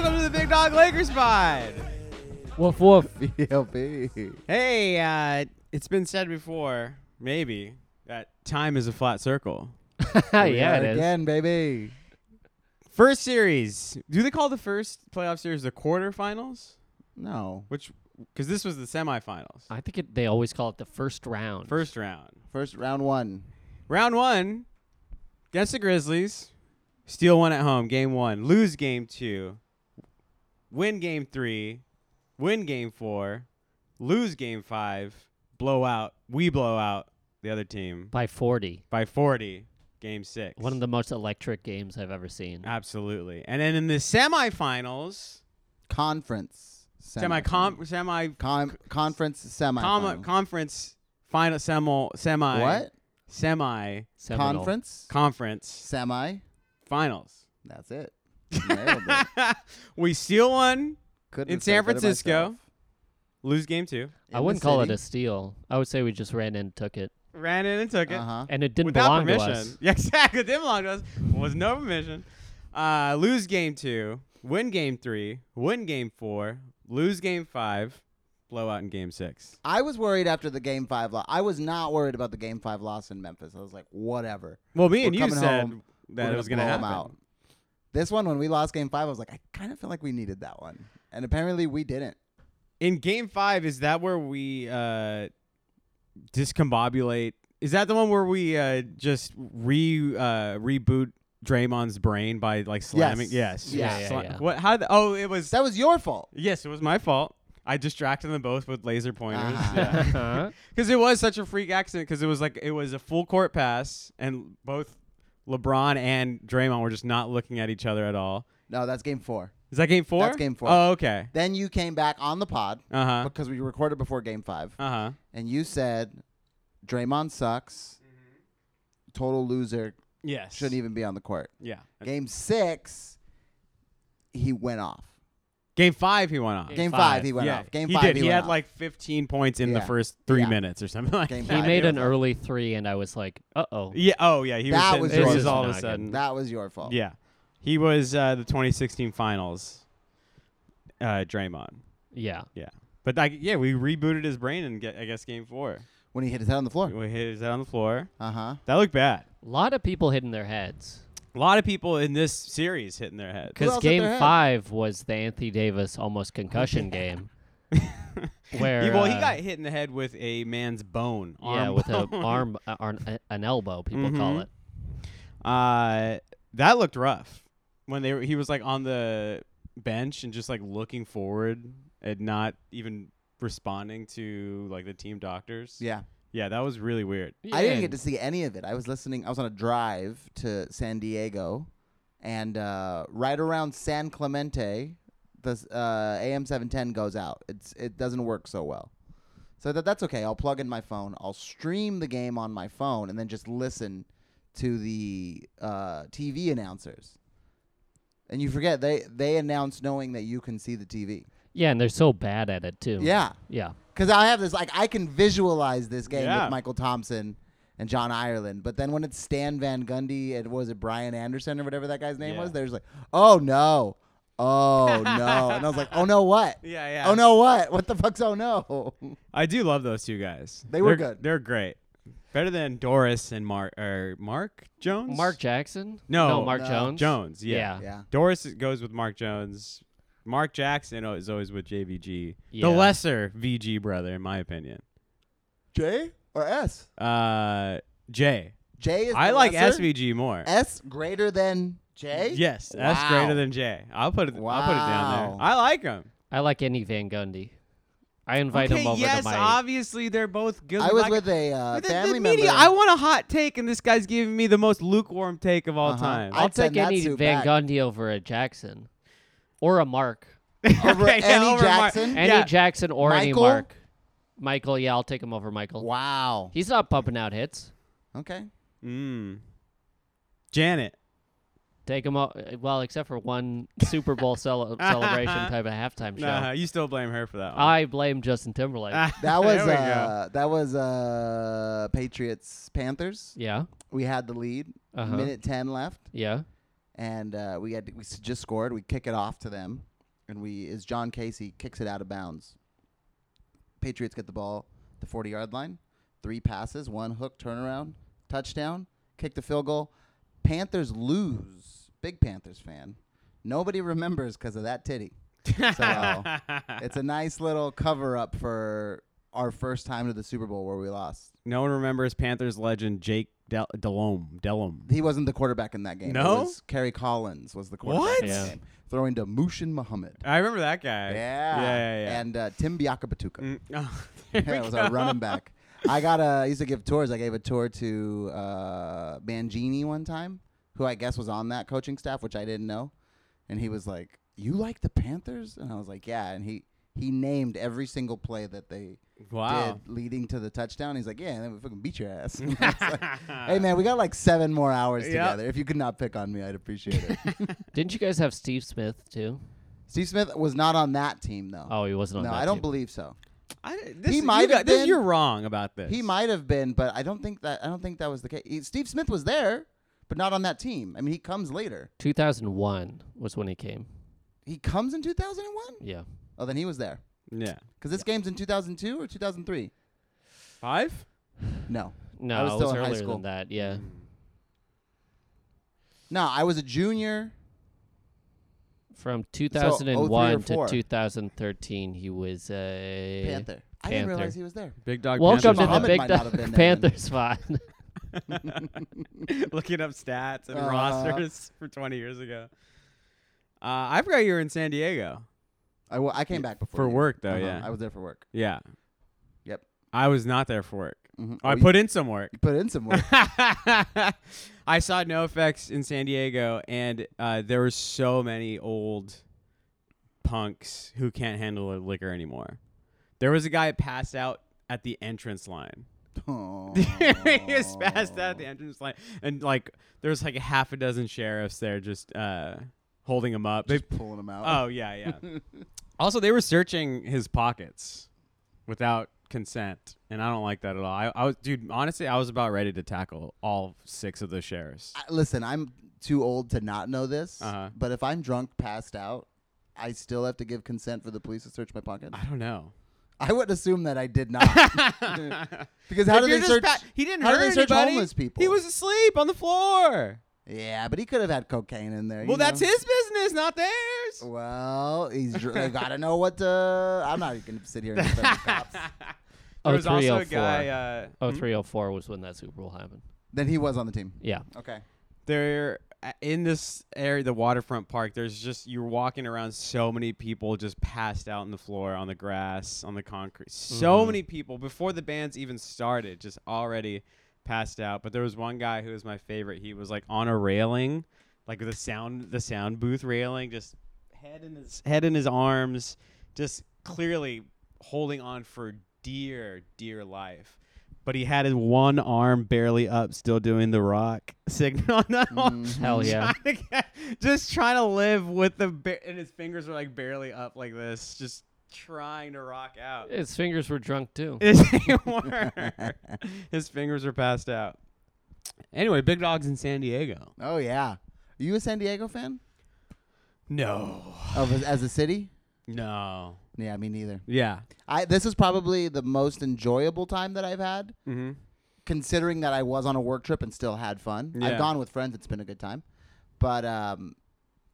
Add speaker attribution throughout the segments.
Speaker 1: Dog Lakers pod.
Speaker 2: Woof woof.
Speaker 3: BLP.
Speaker 1: Hey, uh, it's been said before, maybe, that time is a flat circle.
Speaker 3: We
Speaker 2: yeah,
Speaker 3: are
Speaker 2: it is.
Speaker 3: again, baby.
Speaker 1: First series. Do they call the first playoff series the quarterfinals?
Speaker 3: No,
Speaker 1: Which, because this was the semifinals,
Speaker 2: I think it, they always call it the first round.
Speaker 1: first round.
Speaker 3: first round one.
Speaker 1: Round one, against the Grizzlies, steal one at home, game one, lose game two, win game three, win game four, lose game five, blow out, we blow out the other team
Speaker 2: by 40.
Speaker 1: by 40, game six.
Speaker 2: One of the most electric games I've ever seen.
Speaker 1: Absolutely. And then in the semifinals,
Speaker 3: Conference.
Speaker 1: semi com semi
Speaker 3: Con- conference semi.
Speaker 1: com- conference final semi semi
Speaker 3: what?
Speaker 1: semi
Speaker 2: Seminal.
Speaker 3: Conference
Speaker 1: conference
Speaker 3: semi.
Speaker 1: finals.
Speaker 3: That's it. Nailed it.
Speaker 1: we steal one,
Speaker 3: Couldn't
Speaker 1: In
Speaker 3: have
Speaker 1: San
Speaker 3: said better
Speaker 1: Francisco.
Speaker 3: myself.
Speaker 1: lose game two,
Speaker 3: In
Speaker 2: I
Speaker 3: the
Speaker 2: wouldn't call it
Speaker 3: city.
Speaker 2: a steal. I would say we just ran in, and took it,
Speaker 1: ran in and took it
Speaker 3: Uh-huh.
Speaker 2: and it didn't
Speaker 1: without
Speaker 2: belong
Speaker 1: permission.
Speaker 2: to us.
Speaker 1: Yeah, exactly. Didn't belong to us. Was no permission. Uh, lose game two, win game three, win game four, lose game five, blowout in game six.
Speaker 3: I was worried after the game five loss. I was not worried about the game five loss in Memphis. I was like, whatever.
Speaker 1: Well, me
Speaker 3: We're
Speaker 1: and you
Speaker 3: coming
Speaker 1: said
Speaker 3: home.
Speaker 1: that
Speaker 3: We're
Speaker 1: it was going to
Speaker 3: blow 'em
Speaker 1: happen.
Speaker 3: out. This one, when we lost game five, I was like, I kind of feel like we needed that one, and apparently we didn't.
Speaker 1: In game five, is that where we uh, discombobulate? Is that the one where we uh, just re uh, reboot Draymond's brain by like slamming? Yes.
Speaker 3: Yes.
Speaker 2: Yeah, yeah,
Speaker 1: Sla-
Speaker 2: yeah.
Speaker 1: What? How? The, oh, it was
Speaker 3: That was your fault.
Speaker 1: Yes, it was my fault. I distracted them both with laser pointers.
Speaker 3: Ah.
Speaker 1: Yeah.
Speaker 2: Huh?
Speaker 1: Because it was such a freak accident. Because it was like it was a full court pass, and both LeBron and Draymond were just not looking at each other at all.
Speaker 3: No, that's game four.
Speaker 1: Is that game four?
Speaker 3: That's game four.
Speaker 1: Oh, okay.
Speaker 3: Then you came back on the pod
Speaker 1: Uh huh.
Speaker 3: because we recorded before game five,
Speaker 1: Uh huh.
Speaker 3: and you said Draymond sucks,
Speaker 1: Mm-hmm.
Speaker 3: total loser,
Speaker 1: Yes.
Speaker 3: shouldn't even be on the court.
Speaker 1: Yeah. Game,
Speaker 3: Game six, he went off.
Speaker 1: five, he went off.
Speaker 2: Game
Speaker 3: Game five,
Speaker 2: five.
Speaker 3: he went
Speaker 1: yeah,
Speaker 3: off. Game
Speaker 1: he
Speaker 3: five,
Speaker 1: did.
Speaker 3: he,
Speaker 1: He
Speaker 3: went
Speaker 1: had
Speaker 3: off.
Speaker 1: like 15 points in the
Speaker 3: Yeah.
Speaker 1: first three
Speaker 3: Yeah.
Speaker 1: minutes or something like
Speaker 3: Game
Speaker 1: that.
Speaker 2: he
Speaker 3: five,
Speaker 2: made
Speaker 3: he
Speaker 2: an
Speaker 3: was off.
Speaker 2: early three, and I was like, "Uh oh."
Speaker 1: Yeah. Oh, yeah. He
Speaker 3: That
Speaker 1: was.
Speaker 3: was
Speaker 1: in- This
Speaker 3: your
Speaker 1: is all of a
Speaker 2: fault.
Speaker 1: sudden.
Speaker 3: That was your fault.
Speaker 1: Yeah. He was uh, the 2016 finals. Uh, Draymond.
Speaker 2: Yeah.
Speaker 1: Yeah. But like, yeah, we rebooted his brain and get I guess game four.
Speaker 3: When he hit his head on the floor.
Speaker 1: We hit his head on the floor.
Speaker 3: Uh huh.
Speaker 1: That looked bad.
Speaker 2: A lot of people hitting their heads
Speaker 1: A lot of people in this series hitting their head.
Speaker 3: Who
Speaker 2: because
Speaker 3: else hit
Speaker 2: game
Speaker 3: their head?
Speaker 2: five was the Anthony Davis almost concussion game, where
Speaker 1: He, well, he
Speaker 2: uh,
Speaker 1: got hit in the head with a man's bone.
Speaker 2: yeah
Speaker 1: arm
Speaker 2: with a
Speaker 1: bone.
Speaker 2: arm uh, arm- uh, an elbow. People call
Speaker 1: Mhm.
Speaker 2: it.
Speaker 1: Uh, that looked rough. When they were, he was like on the bench and just like looking forward and not even responding to like the team doctors.
Speaker 3: Yeah.
Speaker 1: Yeah, that was really weird.
Speaker 3: I didn't
Speaker 2: Yeah.
Speaker 3: get to see any of it. I was listening. I was on a drive to San Diego, and uh, right around San Clemente, the uh, AM seven ten goes out. It's it doesn't work so well, so that that's okay. I'll plug in my phone. I'll stream the game on my phone, and then just listen to the uh, TV announcers. And you forget they they announce knowing that you can see the TV.
Speaker 2: Yeah, and they're so bad at it too.
Speaker 3: Yeah.
Speaker 2: Yeah.
Speaker 3: Because I have this, like, I can visualize this game
Speaker 1: Yeah.
Speaker 3: with Michael Thompson and John Ireland. But then when it's Stan Van Gundy and what was it Brian Anderson or whatever that guy's name
Speaker 1: Yeah.
Speaker 3: was, there's like, oh no, oh no, and I was like, oh no, what?
Speaker 1: Yeah, yeah.
Speaker 3: Oh no, what? What the fuck's oh no?
Speaker 1: I do love those two guys.
Speaker 3: They were
Speaker 1: They're-
Speaker 3: good.
Speaker 1: They're great. Better than Doris and Mark or Mark Jones.
Speaker 2: Mark Jackson?
Speaker 1: No.
Speaker 2: Mark
Speaker 3: No.
Speaker 2: Jones.
Speaker 1: Jones. Yeah.
Speaker 2: Yeah.
Speaker 3: yeah,
Speaker 1: Doris is- goes with Mark Jones. Mark Jackson o- is always with JVG.
Speaker 2: Yeah.
Speaker 1: The lesser VG brother, in my opinion.
Speaker 3: J or S?
Speaker 1: Uh, J.
Speaker 3: J is.
Speaker 1: I
Speaker 3: the
Speaker 1: like
Speaker 3: lesser?
Speaker 1: SVG more.
Speaker 3: S greater than J.
Speaker 1: Yes, S
Speaker 3: Wow.
Speaker 1: greater than J. I'll put it. I'll put it down
Speaker 3: Wow.
Speaker 1: there. I like them.
Speaker 2: I like any Van Gundy. I invite him over
Speaker 1: yes,
Speaker 2: to my.
Speaker 1: obviously they're both good.
Speaker 3: I was
Speaker 1: Like,
Speaker 3: with a uh,
Speaker 1: but the- the
Speaker 3: family
Speaker 1: media,
Speaker 3: member.
Speaker 1: I want a hot take, and this guy's giving me the most lukewarm take of all
Speaker 3: Uh-huh.
Speaker 1: time.
Speaker 3: I'll
Speaker 2: I'll take
Speaker 3: send that
Speaker 2: any
Speaker 3: suit
Speaker 2: Van
Speaker 3: back.
Speaker 2: Gundy over a Jackson, or a Mark.
Speaker 3: over
Speaker 1: Okay, yeah,
Speaker 3: any
Speaker 1: over Mark.
Speaker 3: Jackson.
Speaker 2: Any
Speaker 1: Yeah.
Speaker 2: Jackson or any
Speaker 3: Michael?
Speaker 2: Mark. Michael, yeah, I'll take him over Michael.
Speaker 3: Wow.
Speaker 2: He's not pumping out hits.
Speaker 3: Okay.
Speaker 1: Mm. Janet.
Speaker 2: Take him out. Well, except for one Super Bowl cele- celebration type of halftime show.
Speaker 1: Nah, Ah. you still blame her for that one.
Speaker 2: I blame Justin Timberlake.
Speaker 3: That was
Speaker 1: There we go.
Speaker 3: uh, that was uh, Patriots Panthers.
Speaker 2: yeah.
Speaker 3: We had the lead,
Speaker 2: Uh-huh.
Speaker 3: minute ten left,
Speaker 2: Yeah.
Speaker 3: and uh, we had we s- just scored. We kick it off to them, and we is John Casey kicks it out of bounds. Patriots get the ball at the 40 yard line, three passes, one hook turnaround, touchdown, kick the field goal. Panthers lose. Big Panthers fan. Nobody remembers because of that titty. So it's a nice little cover up for our first time to the Super Bowl where we lost.
Speaker 1: no one remembers Panthers legend Jake Del- Delhomme. Delhomme.
Speaker 3: He wasn't the quarterback in that game. It
Speaker 1: No?
Speaker 3: was Kerry Collins was the quarterback
Speaker 1: What?
Speaker 3: in
Speaker 2: Yeah.
Speaker 3: that game, throwing to Mushin Muhammad.
Speaker 1: I remember that guy.
Speaker 3: Yeah,
Speaker 1: Yeah. Yeah. yeah.
Speaker 3: and uh, Tim Biakabatuka.
Speaker 1: Mm, oh, there
Speaker 3: Yeah, it
Speaker 1: we
Speaker 3: was our
Speaker 1: go.
Speaker 3: running back. I got a I used to give tours. I gave a tour to uh, Mangini one time, who I guess was on that coaching staff, which I didn't know. And he was like, "You like the Panthers?" And I was like, "Yeah." And he he named every single play that they
Speaker 1: Wow.
Speaker 3: did leading to the touchdown. He's like, "Yeah, and then we fucking beat your ass." And I was like, hey man, we got like seven more hours
Speaker 1: Yep.
Speaker 3: together. If you could not pick on me, I'd appreciate it.
Speaker 2: Didn't you guys have Steve Smith too?
Speaker 3: Steve Smith was not on that team though.
Speaker 2: Oh, he wasn't on
Speaker 3: no,
Speaker 2: that
Speaker 3: I don't
Speaker 2: team.
Speaker 3: believe so.
Speaker 1: I, this,
Speaker 3: He
Speaker 1: you
Speaker 3: might have
Speaker 1: got- this-
Speaker 3: been-
Speaker 1: You're wrong about this.
Speaker 3: He might have been, but I don't think that I don't think that was the case. He- Steve Smith was there, but not on that team. I mean, he comes later.
Speaker 2: 2001 was when he came.
Speaker 3: He comes in 2001.
Speaker 2: Yeah.
Speaker 3: Oh, then he was there
Speaker 1: Yeah.
Speaker 3: because this game's in 2002 or 2003.
Speaker 1: Five.
Speaker 3: No,
Speaker 2: No,
Speaker 3: was
Speaker 2: it
Speaker 3: still
Speaker 2: was
Speaker 3: in high
Speaker 2: earlier
Speaker 3: school.
Speaker 2: than that. Yeah.
Speaker 1: Mm-hmm.
Speaker 3: no, I was a junior.
Speaker 2: From 2001
Speaker 3: 04.
Speaker 2: to 2013, he was a
Speaker 3: Panther. I didn't
Speaker 2: Panther.
Speaker 3: realize he was there.
Speaker 1: Big dog. Panthers
Speaker 2: Welcome to the
Speaker 1: Pod.
Speaker 3: Muhammad
Speaker 2: Big
Speaker 3: might not have
Speaker 2: Dog
Speaker 3: been there then.
Speaker 2: Panthers spot.
Speaker 1: looking up stats and
Speaker 3: Uh,
Speaker 1: rosters for 20 years ago. Uh, I forgot you were in San Diego
Speaker 3: I, w- I came back before
Speaker 1: for
Speaker 3: you.
Speaker 1: work, though.
Speaker 3: Uh-huh,
Speaker 1: Yeah,
Speaker 3: I was there for work.
Speaker 1: yeah,
Speaker 3: Yep.
Speaker 1: I was not there for work.
Speaker 3: Mhm.
Speaker 1: I
Speaker 3: Oh,
Speaker 1: put in some work.
Speaker 3: you put in some work.
Speaker 1: I saw No Effects in San Diego, and uh, there were so many old punks who can't handle their liquor anymore. There was a guy passed out at the entrance line.
Speaker 3: Aw.
Speaker 1: he was passed out at the entrance line, and like there was like a half a dozen sheriffs there just uh, holding him up. They,
Speaker 3: Just pulling him out.
Speaker 1: oh yeah, yeah. also, they were searching his pockets without consent, and I don't like that at all. I, I was, dude, honestly, I was about ready to tackle all six of the sheriffs.
Speaker 3: I, listen, I'm too old to not know this,
Speaker 1: Uh-huh.
Speaker 3: but if I'm drunk, passed out, I still have to give consent for the police to search my pocket.
Speaker 1: I don't know.
Speaker 3: I would assume that I did not. because how
Speaker 1: If you're
Speaker 3: do they
Speaker 1: just
Speaker 3: search?
Speaker 1: pa- he didn't
Speaker 3: how do
Speaker 1: hurt
Speaker 3: they search
Speaker 1: anybody.
Speaker 3: homeless people?
Speaker 1: He was asleep on the floor.
Speaker 3: yeah, but he could have had cocaine in there.
Speaker 1: Well,
Speaker 3: you
Speaker 1: that's
Speaker 3: know?
Speaker 1: his business, not theirs.
Speaker 3: Well, he's dr- they gotta know what to. I'm not gonna sit here and defend the cops.
Speaker 1: There was also a
Speaker 2: 03,
Speaker 1: guy. Uh,
Speaker 2: Oh three oh four was when that Super Bowl happened.
Speaker 3: Then he was on the team.
Speaker 2: Yeah.
Speaker 3: Okay.
Speaker 1: there in this area the waterfront park there's just you're walking around so many people just passed out on the floor on the grass on the concrete so many people before the bands even started just already passed out but there was one guy who was my favorite he was like on a railing like the sound the sound booth railing just head in his head in his arms just clearly holding on for dear dear life but he had his one arm barely up, still doing the rock signal. No,
Speaker 2: Mm, Hell yeah.
Speaker 1: trying to get- just trying to live with the ba- and his fingers were like barely up like this, just trying to rock out.
Speaker 2: His fingers were drunk too.
Speaker 1: They were. his fingers were passed out. Anyway, Big Dog's in San Diego.
Speaker 3: Oh yeah. Are you a San Diego fan?
Speaker 1: No,
Speaker 3: Of as a city?
Speaker 1: no,
Speaker 3: Yeah, me neither.
Speaker 1: yeah,
Speaker 3: I this is probably the most enjoyable time that I've had,
Speaker 1: mm-hmm.
Speaker 3: considering that I was on a work trip and still had fun.
Speaker 1: Yeah.
Speaker 3: I've gone with friends; it's been a good time. But um,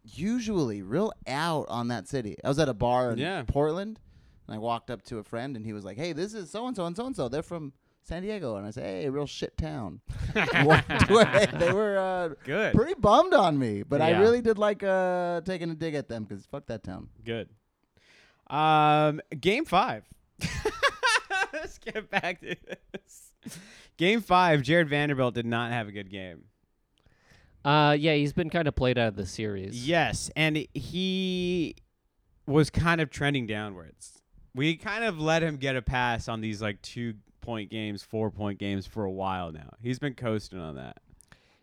Speaker 3: usually, real out on that city. I was at a bar in
Speaker 1: Yeah.
Speaker 3: Portland, and I walked up to a friend, and he was like, "Hey, this is so and so and so and so. They're from." San Diego, and I said, "Hey, real shit town." Walked away. they were uh,
Speaker 1: good,
Speaker 3: pretty bummed on me, but I
Speaker 2: Yeah.
Speaker 3: really did like uh, taking a dig at them because fuck that town.
Speaker 1: good. Um, game five. Let's get back to this. Game five. Jared Vanderbilt did not have a good game.
Speaker 2: Uh yeah, he's been kind of played out of the series.
Speaker 1: Yes, and he was kind of trending downwards. We kind of let him get a pass on these like two point games, four point games for a while now. He's been coasting on that.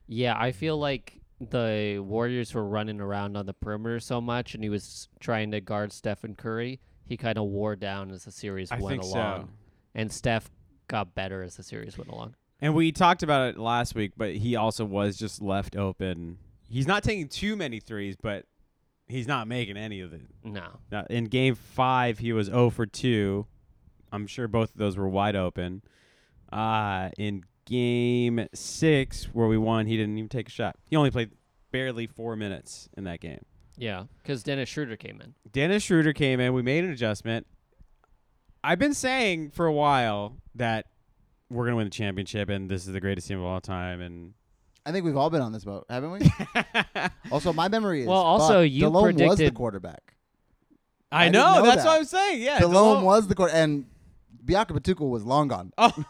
Speaker 2: Yeah, I feel like the Warriors were running around on the perimeter so much and he was trying to guard Stephen Curry. He kind of wore down as the series
Speaker 1: I
Speaker 2: went
Speaker 1: think so.
Speaker 2: along. And Steph got better as the series went along.
Speaker 1: And we talked about it last week, but he also was just left open. He's not taking too many threes, but he's not making any of it.
Speaker 2: No.
Speaker 1: Now, in game five, he was 0 for 2. I'm sure both of those were wide open. Uh, in game six, where we won, he didn't even take a shot. He only played barely four minutes in that game.
Speaker 2: Yeah, because Dennis Schroeder came in.
Speaker 1: Dennis Schroeder came in. We made an adjustment. I've been saying for a while that we're going to win the championship and this is the greatest team of all time. And
Speaker 3: I think we've all been on this boat, haven't we? also, my memory is
Speaker 2: Well, also,
Speaker 3: fuck,
Speaker 2: you
Speaker 3: DeLome was the
Speaker 2: predicted-
Speaker 3: quarterback. I
Speaker 1: I,
Speaker 3: didn't
Speaker 1: know,
Speaker 3: know
Speaker 1: that's
Speaker 3: that.
Speaker 1: what I'm saying. Yeah,
Speaker 3: DeLome was the quarterback, and Bianca Patuka was long gone.
Speaker 1: Oh,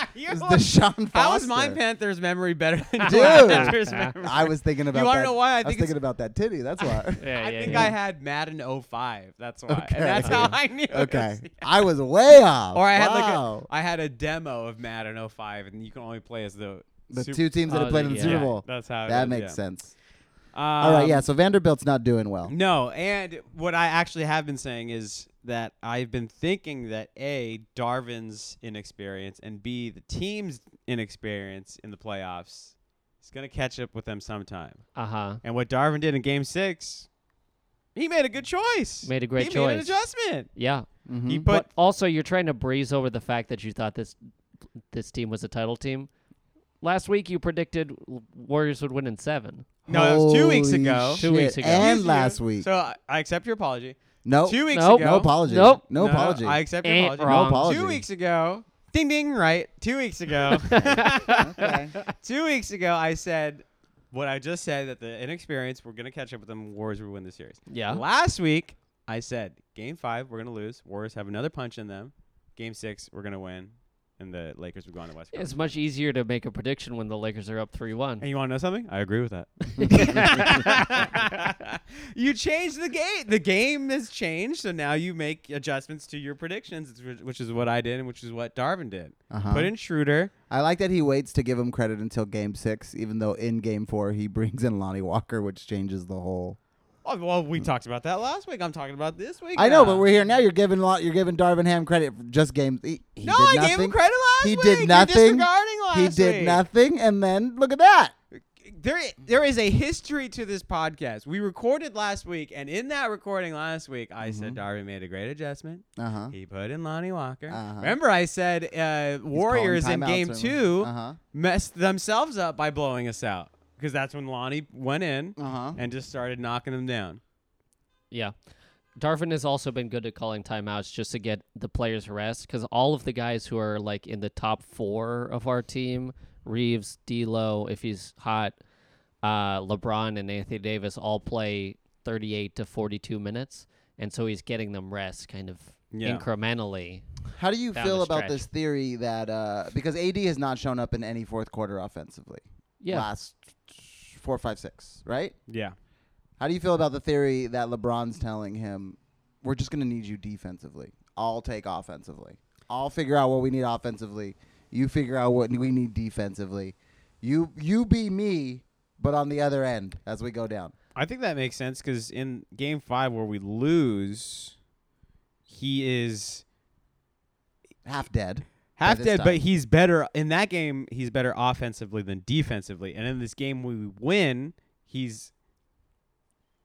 Speaker 1: you
Speaker 3: It was
Speaker 1: were-
Speaker 3: Deshaun Foster.
Speaker 1: How is my Panthers memory better than
Speaker 3: Dude.
Speaker 1: Panthers memory?
Speaker 3: I was thinking about.
Speaker 1: wanna
Speaker 3: that.
Speaker 1: know why? I
Speaker 3: was
Speaker 1: think it's-
Speaker 3: thinking about that titty. That's why.
Speaker 2: Yeah,
Speaker 1: I
Speaker 2: yeah,
Speaker 1: think
Speaker 2: yeah.
Speaker 1: I had Madden 05. That's why.
Speaker 3: Okay.
Speaker 1: And that's how I knew. it was-
Speaker 3: okay, I was way off.
Speaker 1: Or I had like a,
Speaker 3: wow.
Speaker 1: I had a demo of Madden 05, and you can only play as the
Speaker 3: the
Speaker 1: Sup-
Speaker 3: two teams that
Speaker 2: Oh,
Speaker 3: had played in the
Speaker 2: yeah.
Speaker 3: Super
Speaker 1: Yeah,
Speaker 3: Bowl.
Speaker 1: That's how. it
Speaker 3: that
Speaker 1: is,
Speaker 3: makes
Speaker 1: yeah.
Speaker 3: sense.
Speaker 1: Um,
Speaker 3: All right, yeah. So Vanderbilt's not doing well.
Speaker 1: No, and what I actually have been saying is that I've been thinking that A, Darvin's inexperience and B, the team's inexperience in the playoffs is going to catch up with them sometime.
Speaker 2: Uh huh.
Speaker 1: And what Darvin did in game six, he made a good choice.
Speaker 2: Made a great
Speaker 1: He made an
Speaker 2: choice.
Speaker 1: adjustment.
Speaker 2: Yeah.
Speaker 3: Mhm.
Speaker 1: He put
Speaker 2: But, also, you're trying to breeze over the fact that you thought this this team was a title team. Last week, you predicted Warriors would win in seven.
Speaker 1: No, that was two weeks
Speaker 3: Holy
Speaker 1: ago.
Speaker 2: Two weeks
Speaker 3: shit.
Speaker 2: ago.
Speaker 3: and
Speaker 1: Excuse you.
Speaker 3: last week.
Speaker 1: So I, I accept your apology.
Speaker 3: no,
Speaker 1: Two weeks
Speaker 2: Nope.
Speaker 1: ago.
Speaker 3: no apology.
Speaker 2: Nope.
Speaker 3: no, apology.
Speaker 1: I accept your
Speaker 2: Ain't
Speaker 1: apology.
Speaker 2: wrong. No
Speaker 3: apology.
Speaker 1: Two weeks ago. Ding ding, right? Two weeks ago.
Speaker 3: okay.
Speaker 1: Two weeks ago, I said what I just said that the inexperience, we're going to catch up with them. Warriors will win the series.
Speaker 2: Yeah.
Speaker 1: Last week, I said game five, we're going to lose. Warriors have another punch in them. Game six, we're going to win. And the Lakers would go on to West Coast.
Speaker 2: It's much easier to make a prediction when the Lakers are up three one.
Speaker 3: Mm-hmm.
Speaker 1: And you want to know something? I agree with that. you changed the game. The game has changed, so now you make adjustments to your predictions, which- which is what I did and which is what Darvin did.
Speaker 3: Uh-huh.
Speaker 1: Put in Schroeder.
Speaker 3: I like that he waits to give him credit until game six, even though in game four he brings in Lonnie Walker, which changes the whole.
Speaker 1: Oh, well, we
Speaker 3: Mm.
Speaker 1: talked about that last week. I'm talking about this week.
Speaker 3: I know,
Speaker 1: now.
Speaker 3: but we're here now. You're giving Lon- you're giving Darvin Ham credit for just game. He, he
Speaker 1: no,
Speaker 3: did
Speaker 1: I
Speaker 3: nothing.
Speaker 1: gave him credit last
Speaker 3: He
Speaker 1: week.
Speaker 3: did
Speaker 1: You're
Speaker 3: nothing.
Speaker 1: disregarding last
Speaker 3: He did
Speaker 1: week.
Speaker 3: nothing, and then look at that.
Speaker 1: There, there is a history to this podcast. We recorded last week, and in that recording last week, I
Speaker 3: Mm-hmm.
Speaker 1: said Darvin made a great adjustment.
Speaker 3: Uh huh.
Speaker 1: He put in Lonnie Walker.
Speaker 3: Uh-huh.
Speaker 1: Remember, I said uh, Warriors in Game Two
Speaker 3: Uh
Speaker 1: messed themselves up by blowing us out because that's when Lonnie went in
Speaker 3: huh. Uh huh.
Speaker 1: and just started knocking them down.
Speaker 2: Yeah. Darvin has also been good at calling timeouts just to get the players rest because all of the guys who are like in the top four of our team Reeves, D'Lo, if he's hot, uh, LeBron, and Anthony Davis all play 38 to 42 minutes, and so he's getting them rest kind of
Speaker 1: Yeah.
Speaker 2: incrementally.
Speaker 3: How do you
Speaker 2: Down
Speaker 3: feel
Speaker 2: the
Speaker 3: about
Speaker 2: stretch.
Speaker 3: this theory that uh, because AD has not shown up in any fourth quarter offensively?
Speaker 2: Yeah,
Speaker 3: Last four, five, six, right?
Speaker 1: Yeah,
Speaker 3: How do you feel about the theory that LeBron's telling him, "We're just going to need you defensively. I'll take offensively. I'll figure out what we need offensively. You figure out what we need defensively. You you be me, but on the other end as we go down."
Speaker 1: I think that makes sense because in Game Five where we lose, he is
Speaker 3: Half dead. by
Speaker 1: half
Speaker 3: this
Speaker 1: dead,
Speaker 3: time.
Speaker 1: but he's better in that game. He's better offensively than defensively, and in this game we win, he's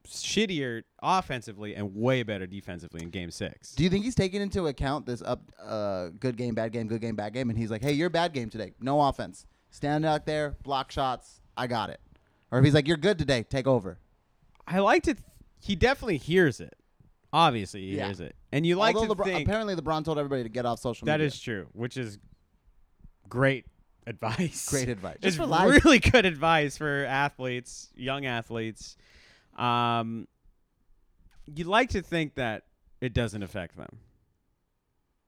Speaker 1: shittier offensively and way better defensively in Game Six.
Speaker 3: Do you think he's taking into account this up uh, good game, bad game, good game, bad game, and he's like, "Hey, you're a bad game today. No offense. Stand out there, block shots. I got it." Or if he's like, "You're good today. Take over."
Speaker 1: I like to. Th- he definitely hears it. Obviously, he
Speaker 3: Yeah.
Speaker 1: hears it, and you like
Speaker 3: Although
Speaker 1: to
Speaker 3: LeBron,
Speaker 1: think
Speaker 3: apparently LeBron told everybody to get off social
Speaker 1: that
Speaker 3: media.
Speaker 1: is true, which is great advice.
Speaker 3: great advice.
Speaker 1: It's
Speaker 3: for life.
Speaker 1: really good advice for athletes, young athletes. Um, you like to think that it doesn't affect them,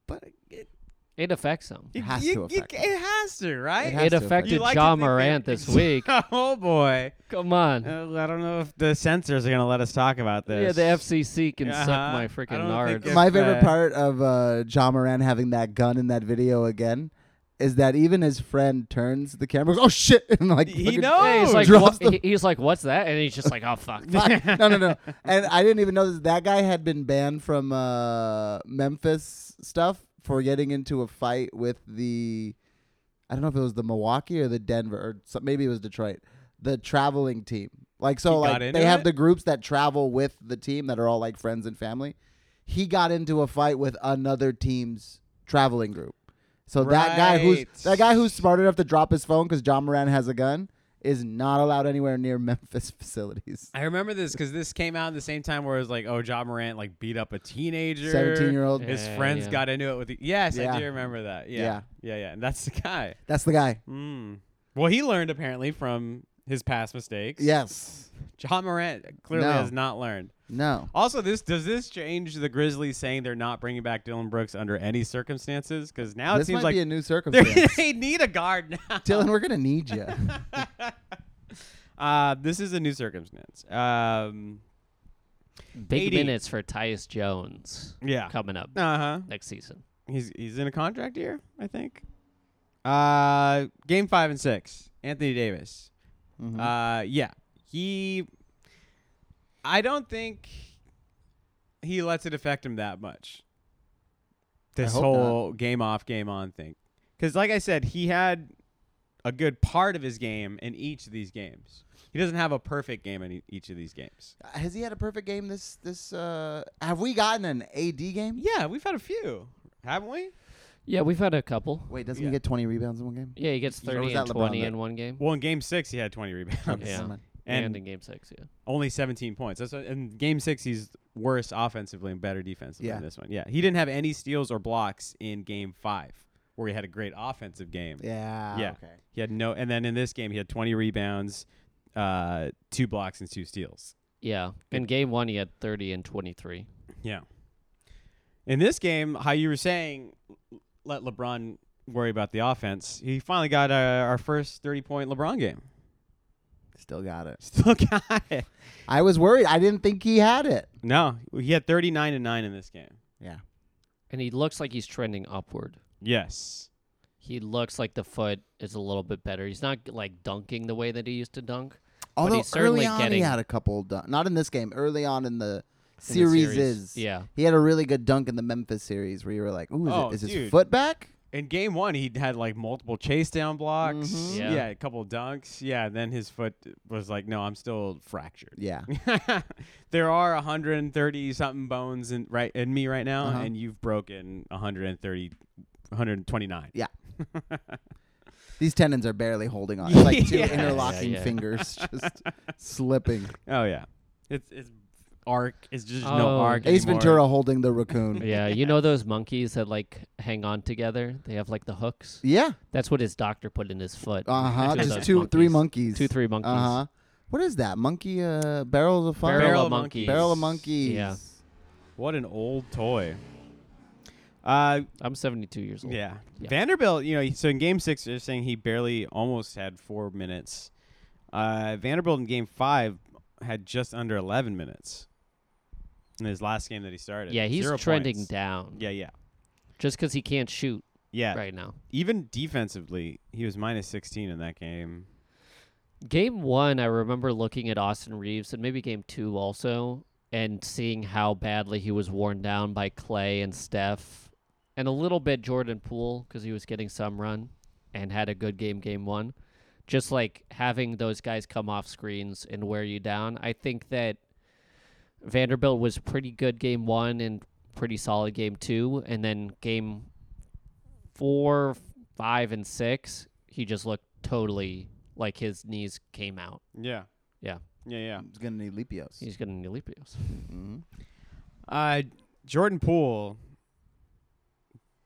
Speaker 1: but it,
Speaker 2: it affects him.
Speaker 1: it
Speaker 3: has
Speaker 1: you-
Speaker 3: to
Speaker 1: you-
Speaker 3: affect them.
Speaker 1: it has to, right?
Speaker 3: It
Speaker 2: It,
Speaker 3: has to affect
Speaker 2: affected
Speaker 1: You like to
Speaker 2: Ja
Speaker 1: think that-
Speaker 2: Morant this week.
Speaker 1: oh boy!
Speaker 2: Come on.
Speaker 1: Uh, I don't know if the censors are gonna let us talk about
Speaker 2: yeah,
Speaker 1: this.
Speaker 2: the FCC can
Speaker 1: Uh-huh.
Speaker 2: suck
Speaker 1: I
Speaker 2: my freaking
Speaker 1: don't think
Speaker 2: nards.
Speaker 1: if,
Speaker 3: My favorite
Speaker 1: uh,
Speaker 3: part of uh, John Moran having that gun in that video again is that even his friend turns the camera. Goes, oh shit! And like
Speaker 1: He
Speaker 3: fucking-
Speaker 1: knows.
Speaker 2: Yeah, he's like,
Speaker 3: Drops
Speaker 2: "What-
Speaker 3: the-
Speaker 2: he- he's like, what's that? And he's just like, oh fuck.
Speaker 3: Fuck. no, no, no. And I didn't even know that that guy had been banned from uh, Memphis stuff for getting into a fight with the. I don't know if it was the Milwaukee or the Denver or so- maybe it was Detroit. The traveling team, Like so,
Speaker 1: He
Speaker 3: like
Speaker 1: got
Speaker 3: they
Speaker 1: into
Speaker 3: have
Speaker 1: it?
Speaker 3: the groups that travel with the team that are all like friends and family. He got into a fight with another team's traveling group. So that guy who's
Speaker 1: Right.
Speaker 3: that guy who's smart enough to drop his phone because John Moran has a gun is not allowed anywhere near Memphis facilities.
Speaker 1: I remember this because this came out at the same time where it was like, oh, John Morant like beat up a teenager.
Speaker 3: Seventeen-year-old.
Speaker 1: His
Speaker 2: Yeah,
Speaker 1: friends
Speaker 2: yeah.
Speaker 1: got into it with. The, yes, I
Speaker 3: Yeah.
Speaker 1: do remember that. Yeah, yeah,
Speaker 3: Yeah.
Speaker 1: yeah. And that's the guy.
Speaker 3: That's the guy.
Speaker 2: Hmm.
Speaker 1: Mm. Well, he learned apparently from his past mistakes.
Speaker 3: Yes.
Speaker 1: John Morant clearly
Speaker 3: No.
Speaker 1: has not learned.
Speaker 3: No.
Speaker 1: Also, this does this change the Grizzlies saying they're not bringing back Dylan Brooks under any circumstances? Because now
Speaker 3: this
Speaker 1: it seems
Speaker 3: might
Speaker 1: like
Speaker 3: be a new
Speaker 1: they're-
Speaker 3: circumstance.
Speaker 1: they need a guard now.
Speaker 3: Dylan, we're gonna need you.
Speaker 1: Uh, this is a new circumstance. Um,
Speaker 2: Big
Speaker 1: 80.
Speaker 2: minutes for Tyus Jones
Speaker 1: yeah.
Speaker 2: coming up
Speaker 1: Uh huh.
Speaker 2: next season.
Speaker 1: He's he's in a contract year, I think. Uh, game five and six. Anthony Davis.
Speaker 3: Mhm.
Speaker 1: Uh, yeah, he. I don't think he lets it affect him that much. This
Speaker 3: hope
Speaker 1: whole game off, game on thing, because like I said, he had a good part of his game in each of these games. He doesn't have a perfect game in e- each of these games.
Speaker 3: Has he had a perfect game this this? Uh, have we gotten an AD game?
Speaker 1: Yeah, we've had a few, haven't we?
Speaker 2: Yeah, we've had a couple.
Speaker 3: Wait, doesn't
Speaker 1: Yeah.
Speaker 3: he get 20 rebounds in one game?
Speaker 2: Yeah, he gets
Speaker 3: Or was
Speaker 2: 30
Speaker 3: that
Speaker 2: and 20
Speaker 3: LeBron
Speaker 2: in
Speaker 3: that-
Speaker 2: one game.
Speaker 1: Well, in game six, he had 20 rebounds
Speaker 3: Okay,
Speaker 2: Yeah.
Speaker 3: never mind.
Speaker 2: And,
Speaker 1: and
Speaker 2: in game six, yeah.
Speaker 1: only 17 points. That's what, in game six, he's worse offensively and better defensively
Speaker 3: Yeah.
Speaker 1: in this one. Yeah, he didn't have any steals or blocks in game five, where he had a great offensive game.
Speaker 3: Yeah.
Speaker 1: Yeah.
Speaker 3: Okay.
Speaker 1: He had no, and then in this game, he had 20 rebounds, uh, two blocks, and two steals.
Speaker 2: Yeah. In game one, he had 30 and 23.
Speaker 1: Yeah. In this game, how you were saying, let LeBron worry about the offense. He finally got uh, our first 30 point LeBron game.
Speaker 3: Still got it.
Speaker 1: Still got it.
Speaker 3: I was worried. I didn't think he had it.
Speaker 1: No, he had 39 and 9 in this game.
Speaker 3: Yeah.
Speaker 2: And he looks like he's trending upward.
Speaker 1: Yes.
Speaker 2: He looks like the foot is a little bit better. He's not like dunking the way that he used to dunk. But
Speaker 3: Although
Speaker 2: he's
Speaker 3: early
Speaker 2: certainly
Speaker 3: on he
Speaker 2: getting-
Speaker 3: had a couple dunk. Not in this game. Early on in the
Speaker 2: in the
Speaker 3: series is.
Speaker 2: Yeah.
Speaker 3: He had a really good dunk in the Memphis series where you were like, "Ooh, is,
Speaker 1: Oh,
Speaker 3: it, is
Speaker 1: dude.
Speaker 3: his foot back?"
Speaker 1: in game one, he had like multiple chase down blocks.
Speaker 3: Mhm.
Speaker 1: Yeah.
Speaker 2: Yeah.
Speaker 1: a couple dunks. Yeah, and then his foot was like, no, I'm still fractured.
Speaker 3: Yeah.
Speaker 1: there are 130 something bones in right in me right now,
Speaker 3: Uh-huh.
Speaker 1: and you've broken 130, 129.
Speaker 3: Yeah. These tendons are barely holding on. It's like two
Speaker 1: Yeah.
Speaker 3: interlocking
Speaker 2: Yeah, yeah.
Speaker 3: fingers just slipping.
Speaker 1: Oh yeah, it's it's arc. It's just
Speaker 2: Oh.
Speaker 1: no arc.
Speaker 3: Ace
Speaker 1: anymore.
Speaker 3: Ventura holding the raccoon.
Speaker 2: Yeah. You know those monkeys that like hang on together? They have like the hooks.
Speaker 3: yeah.
Speaker 2: That's what his doctor put in his foot.
Speaker 3: Uh-huh.
Speaker 2: Two of
Speaker 3: Just
Speaker 2: those
Speaker 3: two three monkeys.
Speaker 2: Two, three monkeys.
Speaker 3: Uh-huh. What is that? Monkey uh barrels of fun.
Speaker 2: Barrel,
Speaker 1: Barrel
Speaker 2: of
Speaker 1: of
Speaker 2: monkeys.
Speaker 1: monkeys.
Speaker 3: Barrel of monkeys.
Speaker 2: Yeah.
Speaker 1: What an old toy. Uh,
Speaker 2: I'm 72 years old.
Speaker 1: Yeah.
Speaker 2: Yeah.
Speaker 1: Vanderbilt, you know, so in game six, they're saying he barely almost had four minutes. Uh, Vanderbilt in game five had just under 11 minutes in his last game that he started.
Speaker 2: Yeah, he's
Speaker 1: Zero
Speaker 2: trending
Speaker 1: points.
Speaker 2: down.
Speaker 1: Yeah, yeah.
Speaker 2: Just because he can't shoot
Speaker 1: Yeah.
Speaker 2: right now.
Speaker 1: Even defensively, he was minus 16 in that game.
Speaker 2: Game one, I remember looking at Austin Reeves and maybe game two also, and seeing how badly he was worn down by Clay and Steph, and a little bit Jordan Poole because he was getting some run and had a good game game one. Just like having those guys come off screens and wear you down. I think that Vanderbilt was pretty good game one and pretty solid game two, and then game four, five, and six, he just looked totally like his knees came out.
Speaker 1: Yeah.
Speaker 2: Yeah.
Speaker 1: Yeah, yeah.
Speaker 3: He's gonna need Lepios.
Speaker 2: He's gonna need Lepios.
Speaker 3: hmm
Speaker 1: Uh, Jordan Poole,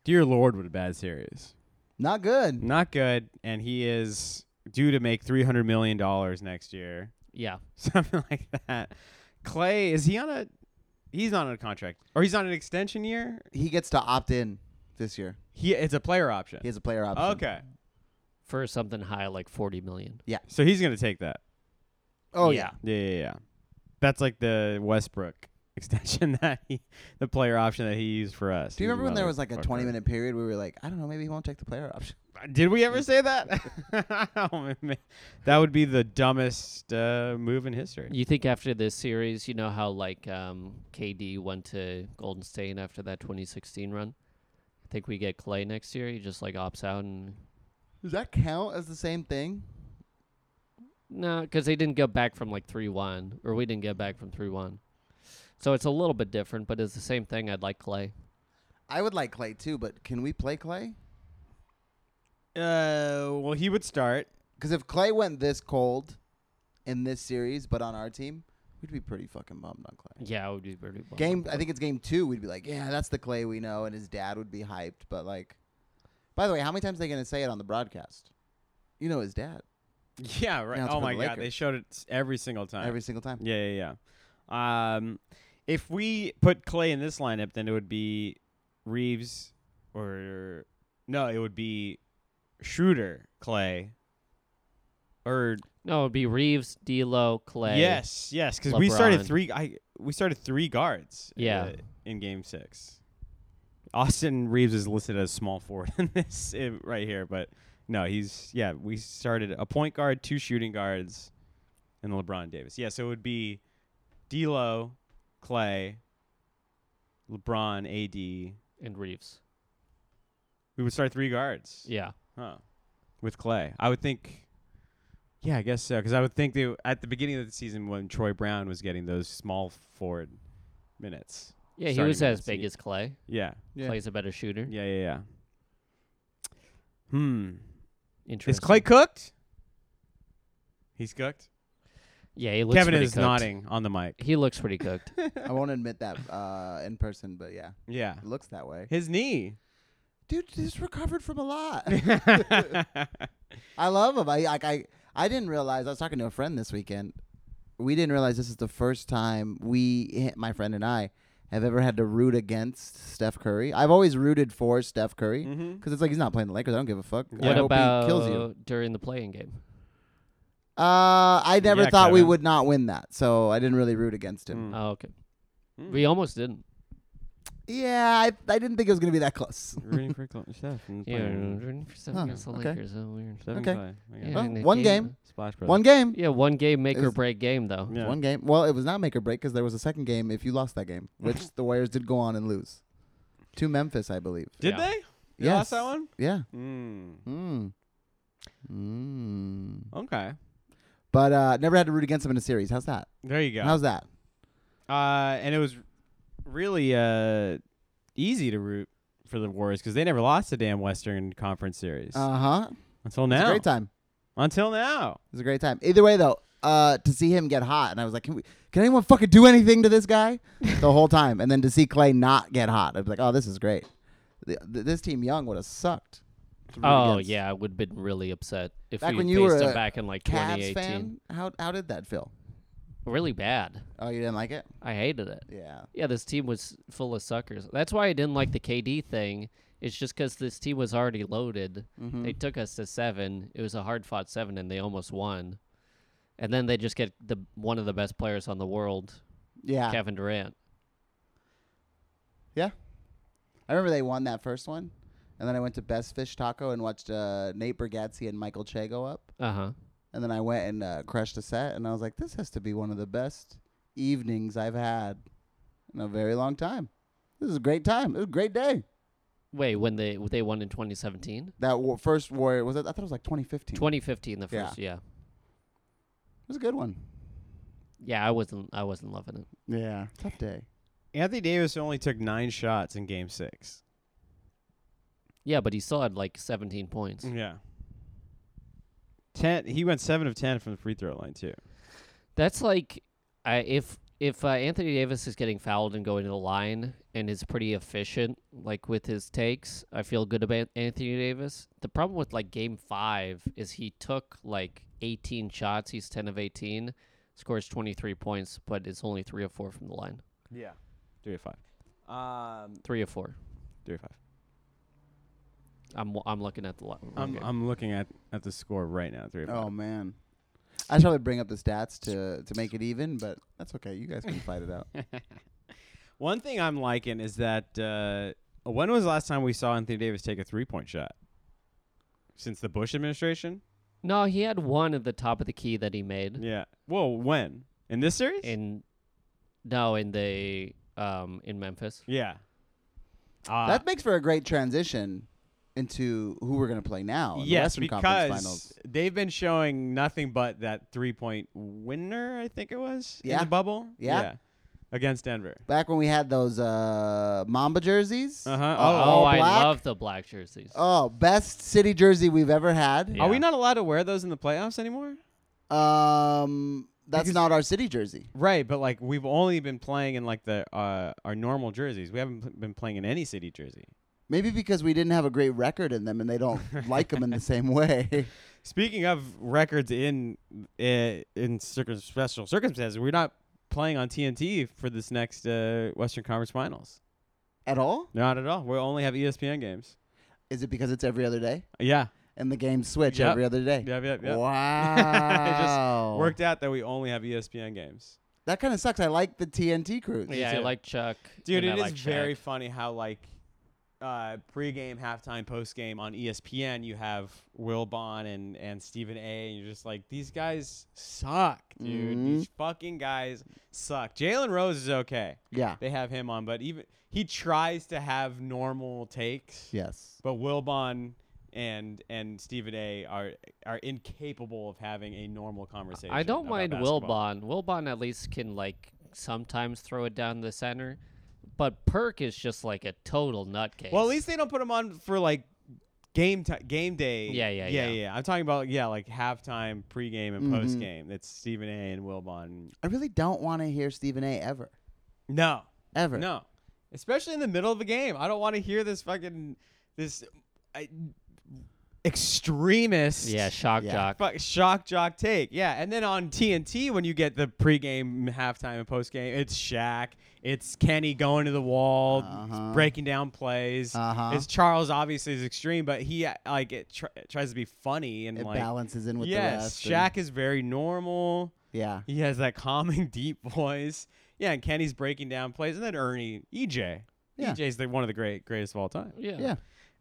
Speaker 1: dear Lord, what a bad series.
Speaker 3: Not good.
Speaker 1: Not good, and he is due to make $300 million next year.
Speaker 2: Yeah.
Speaker 1: something like that. Clay is he on a? He's not on a contract, or he's on an extension year.
Speaker 3: He gets to opt in this year.
Speaker 1: He it's a player option.
Speaker 3: He has a player option.
Speaker 1: Okay,
Speaker 2: For something high like forty million.
Speaker 1: so he's gonna take that.
Speaker 3: Oh yeah.
Speaker 1: Yeah, yeah, yeah. That's like the Westbrook extension that he, the player option that he used for us.
Speaker 3: Do
Speaker 1: He's
Speaker 3: you remember when there was like a
Speaker 1: motherfucker. Uh,
Speaker 3: 20 minute period where we were like, I don't know, maybe he won't take the player option?
Speaker 1: Did we ever say that? Oh, man. that would be the dumbest uh, move in history.
Speaker 2: You think after this series, you know how like um, KD went to Golden State after that twenty sixteen run? I think we get Clay next year. He just like opts out and
Speaker 3: Does that count as the same thing?
Speaker 2: No, because they didn't go back from like three one, or we didn't get back from three one. So it's a little bit different, but it's the same thing. I'd like Clay.
Speaker 3: I would like Clay too, but can we play Clay?
Speaker 1: Uh, well, he would start.
Speaker 3: Because if Clay went this cold in this series, but on our team, we'd be pretty fucking bummed on Clay.
Speaker 2: Yeah, it would be pretty. Well
Speaker 3: Game, I think it's game two. We'd be like, yeah, that's the Clay we know, and his dad would be hyped. But like, by the way, how many times are they gonna say it on the broadcast? You know his dad
Speaker 1: Yeah, right.
Speaker 3: Now it's
Speaker 1: oh
Speaker 3: for
Speaker 1: my
Speaker 3: the
Speaker 1: god, they
Speaker 3: Lakers.
Speaker 1: showed it s- every single time.
Speaker 3: every single time.
Speaker 1: yeah, yeah, yeah. Um, if we put Clay in this lineup, then it would be Reeves or no, it would be Schroeder, Clay, or
Speaker 2: No, it'd be Reeves, D'Lo, Clay.
Speaker 1: Yes, yes, because we
Speaker 2: LeBron.
Speaker 1: started three. I we started three guards. uh,
Speaker 2: Yeah.
Speaker 1: in game six, Austin Reeves is listed as small forward in this uh, right here, but no, he's yeah. We started a point guard, two shooting guards, and LeBron Davis. Yeah, so it would be D'Lo, Clay, LeBron, AD.
Speaker 2: and Reeves.
Speaker 1: We would start three guards.
Speaker 2: Yeah,
Speaker 1: Huh. With Clay, I would think. Yeah, I guess so. Because I would think they at the beginning of the season when Troy Brown was getting those small forward minutes.
Speaker 2: yeah, he
Speaker 1: Starting
Speaker 2: was as
Speaker 1: minutes,
Speaker 2: big
Speaker 1: yeah.
Speaker 2: as Clay.
Speaker 1: Yeah,
Speaker 3: Yeah.
Speaker 2: Clay's a better shooter.
Speaker 1: yeah, yeah, yeah. Hmm.
Speaker 2: Interesting.
Speaker 1: Is Clay cooked? He's cooked.
Speaker 2: Yeah, he looks
Speaker 1: Kevin
Speaker 2: pretty
Speaker 1: is
Speaker 2: cooked.
Speaker 1: nodding on the mic.
Speaker 2: He looks pretty cooked.
Speaker 3: I won't admit that uh, in person, but yeah,
Speaker 1: Yeah.
Speaker 3: it looks that way.
Speaker 1: His knee.
Speaker 3: Dude, just recovered from a lot.
Speaker 1: Mm-hmm. yeah,
Speaker 3: I love him. I like I I didn't realize I was talking to a friend this weekend. We didn't realize this is the first time we my friend and I have ever had to root against Steph Curry. I've always rooted for Steph Curry because
Speaker 1: Mhm.
Speaker 3: it's like he's not playing the Lakers. I don't give a fuck. I
Speaker 2: what
Speaker 3: hope
Speaker 2: about
Speaker 3: he kills you?
Speaker 2: during the playing game?
Speaker 3: Uh, I never
Speaker 1: Yeah,
Speaker 3: thought we
Speaker 1: Kevin.
Speaker 3: would not win that, so I didn't really root against him.
Speaker 1: Mm.
Speaker 2: Oh, okay.
Speaker 3: Hmm.
Speaker 1: Mm.
Speaker 2: We almost didn't.
Speaker 3: Yeah, I, I didn't think it was gonna be that close.
Speaker 1: Rooting for Cl- Steph. and
Speaker 2: Yeah,
Speaker 1: playing
Speaker 2: for some
Speaker 3: Huh,
Speaker 2: against the
Speaker 3: okay.
Speaker 2: Lakers. Oh, weird.
Speaker 1: Steph and
Speaker 3: Okay.
Speaker 1: Clay. I
Speaker 2: Yeah,
Speaker 1: guess.
Speaker 3: Huh,
Speaker 2: and the
Speaker 3: one game.
Speaker 1: Splash Brothers.
Speaker 3: One game.
Speaker 2: Yeah, one game make or
Speaker 3: Is-
Speaker 2: break game though.
Speaker 1: Yeah.
Speaker 3: One game. Well, it was not make or break because there was a second game if you lost that game, which the Warriors did go on and lose to Memphis, I believe.
Speaker 1: Did
Speaker 2: Yeah.
Speaker 1: they? You
Speaker 3: Yes.
Speaker 1: lost that one.
Speaker 3: Yeah.
Speaker 1: Mm.
Speaker 3: Mm. Mm.
Speaker 1: Okay.
Speaker 3: But uh, never had to root against them in a series. How's that?
Speaker 1: There you go.
Speaker 3: How's that?
Speaker 1: Uh, and it was really uh, easy to root for the Warriors because they never lost a damn Western Conference series
Speaker 3: Uh huh.
Speaker 1: until
Speaker 3: It's a
Speaker 1: now.
Speaker 3: great time.
Speaker 1: Until now.
Speaker 3: It was a great time. Either way, though, uh, to see him get hot, and I was like, can we? Can anyone fucking do anything to this guy? the whole time, and then to see Clay not get hot, I was like, oh, this is great. Th- th- this team young would have sucked. to root
Speaker 2: Oh
Speaker 3: against.
Speaker 2: yeah, I would have been really upset if
Speaker 3: Back
Speaker 2: we
Speaker 3: when
Speaker 2: faced
Speaker 3: you were
Speaker 2: him
Speaker 3: a
Speaker 2: back in like
Speaker 3: Cavs
Speaker 2: 2018.
Speaker 3: fan. How how did that feel?
Speaker 2: Really bad.
Speaker 3: Oh, you didn't like it?
Speaker 2: I hated it.
Speaker 3: Yeah.
Speaker 2: Yeah, this team was full of suckers. That's why I didn't like the KD thing. It's just because this team was already loaded.
Speaker 3: Mm-hmm.
Speaker 2: They took us to seven. It was a hard fought seven, and they almost won. And then they just get the one of the best players on the world,
Speaker 3: Yeah.
Speaker 2: Kevin Durant.
Speaker 3: I remember they won that first one, and then I went to Best Fish Taco and watched uh, Nate Bargatze and Michael Che go up,
Speaker 2: Uh huh.
Speaker 3: and then I went and uh, crushed a set, and I was like, this has to be one of the best evenings I've had in a very long time. This is a great time. It was a great day.
Speaker 2: Wait, when they they won in 2017,
Speaker 3: That war- first Warrior was it? I thought it was like 2015.
Speaker 2: 2015, the
Speaker 3: Yeah.
Speaker 2: first. Yeah. yeah.
Speaker 3: It was a good one.
Speaker 2: I wasn't. I wasn't loving it.
Speaker 3: Yeah, tough day.
Speaker 1: Anthony Davis only took nine shots in game six.
Speaker 2: Yeah, but he still had like 17 points.
Speaker 1: Yeah. Ten. He went seven of ten from the free throw line too.
Speaker 2: That's like, I if if uh, Anthony Davis is getting fouled and going to the line and is pretty efficient, like with his takes, I feel good about Anthony Davis. The problem with like Game Five is he took like 18 shots. He's 10 of 18, scores 23 points, but it's only three or four from the line.
Speaker 1: Yeah. Three of five. Um.
Speaker 2: Three or four.
Speaker 1: Three of five.
Speaker 2: I'm w- I'm looking at the line.
Speaker 1: I'm I'm looking at at the score right now. Three of
Speaker 3: Oh
Speaker 1: five.
Speaker 3: man, I should probably bring up the stats to to make it even, but that's okay. You guys can fight it out.
Speaker 1: One thing I'm liking is that uh, when was the last time we saw Anthony Davis take a three point shot? Since the Bush administration.
Speaker 2: No, he had one at the top of the key that he made
Speaker 1: Yeah. Whoa, when? In this series?
Speaker 2: Mm-hmm. in, no, in the um in Memphis.
Speaker 1: yeah. Uh,
Speaker 3: that makes for a great transition into who we're gonna play now. in the
Speaker 1: yes,
Speaker 3: Western Conference
Speaker 1: because
Speaker 3: Finals.
Speaker 1: they've been showing nothing but that three point winner, I think it was, in
Speaker 3: Yeah.
Speaker 1: the bubble.
Speaker 3: Yeah.
Speaker 1: Against Denver.
Speaker 3: Back when we had those uh, Mamba jerseys,
Speaker 1: Uh-huh.
Speaker 3: uh,
Speaker 1: Oh,
Speaker 2: Oh,
Speaker 3: all
Speaker 2: I
Speaker 3: black.
Speaker 2: love the black jerseys.
Speaker 3: Oh, best city jersey we've ever had.
Speaker 2: Yeah.
Speaker 1: Are we not allowed to wear those in the playoffs anymore?
Speaker 3: Um, that's
Speaker 1: Because-
Speaker 3: not our city jersey.
Speaker 1: Right, but like we've only been playing in like the uh, our normal jerseys. We haven't pl- been playing in any city jersey.
Speaker 3: Maybe because we didn't have a great record in them, and they don't like them in the same way.
Speaker 1: Speaking of records in uh, in circum- special circumstances, we're not playing on TNT for this next uh, Western Conference Finals.
Speaker 3: At all?
Speaker 1: Not at all. We only have E ESPN games.
Speaker 3: Is it because it's every other day
Speaker 1: Yeah,
Speaker 3: and the games switch
Speaker 1: Yep.
Speaker 3: every other day?
Speaker 1: yep, yep, yep.
Speaker 3: Wow.
Speaker 1: Worked out that we only have E ESPN games.
Speaker 3: That kind of sucks. I like the TNT cruise.
Speaker 2: yeah, I
Speaker 1: too.
Speaker 2: like Chuck.
Speaker 1: Dude,
Speaker 2: and
Speaker 1: it
Speaker 2: I
Speaker 1: is
Speaker 2: like
Speaker 1: very
Speaker 2: Shaq.
Speaker 1: funny how like uh, pregame, halftime, postgame on E ESPN you have Will Bond and and Stephen A. And you're just like these guys suck, dude.
Speaker 3: Mhm.
Speaker 1: These fucking guys suck. Jalen Rose is okay.
Speaker 3: Yeah.
Speaker 1: They have him on, but even he tries to have normal takes.
Speaker 3: Yes.
Speaker 1: But Wilbon and and Stephen A are are incapable of having a normal conversation.
Speaker 2: I don't
Speaker 1: about
Speaker 2: mind
Speaker 1: basketball.
Speaker 2: Wilbon. Wilbon at least can like sometimes throw it down the center, but Perk is just like a total nutcase.
Speaker 1: Well, at least they don't put him on for like game ti game day.
Speaker 2: Yeah, yeah,
Speaker 1: yeah,
Speaker 2: yeah.
Speaker 1: I'm talking about yeah, like halftime, pregame, and
Speaker 3: Mhm.
Speaker 1: postgame. It's Stephen A. and Wilbon.
Speaker 3: I really don't want to hear Stephen A. ever.
Speaker 1: No,
Speaker 3: Ever.
Speaker 1: no, especially in the middle of a game. I don't want to hear this fucking this I, extremist.
Speaker 2: yeah, shock
Speaker 3: Yeah.
Speaker 2: jock.
Speaker 1: Fuck, shock jock take. Yeah. And then on TNT, when you get the pregame, halftime, and postgame, it's Shaq. It's Kenny going to the wall,
Speaker 3: Uh-huh.
Speaker 1: breaking down plays.
Speaker 3: Uh-huh.
Speaker 1: It's Charles, obviously, is extreme, but he uh, like it tr- tries to be funny and
Speaker 3: It
Speaker 1: like.
Speaker 3: balances in with the
Speaker 1: yes,
Speaker 3: rest. and-
Speaker 1: Shaq is very normal.
Speaker 3: yeah.
Speaker 1: He has that calming, deep voice. Yeah, and Kenny's breaking down plays, and then Ernie, E EJ.
Speaker 3: Yeah.
Speaker 1: EJ's the, one of the great greatest of all time.
Speaker 2: Yeah.
Speaker 3: Yeah.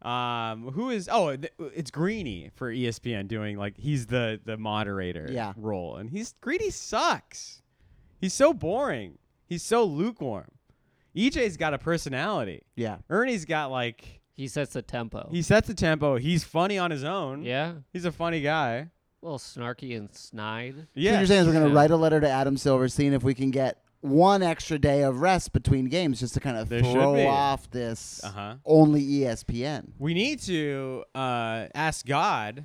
Speaker 1: Um, who is? Oh, th- it's Greeny for E ESPN doing like he's the the moderator
Speaker 3: Yeah.
Speaker 1: role, and he's Greeny sucks. He's so boring. He's so lukewarm. EJ's got a personality.
Speaker 3: Yeah.
Speaker 1: Ernie's got like
Speaker 2: He sets the tempo.
Speaker 1: he sets the tempo. He's funny on his own.
Speaker 2: yeah, a
Speaker 1: he's a funny guy.
Speaker 2: little snarky and snide.
Speaker 3: So what
Speaker 1: Yeah,
Speaker 3: you're saying is we're going to
Speaker 2: Yeah.
Speaker 3: write a letter to Adam Silverstein if we can get one extra day of rest between games just to kind of
Speaker 1: There should be.
Speaker 3: throw off this
Speaker 1: Uh-huh.
Speaker 3: only E ESPN.
Speaker 1: we need to uh, ask God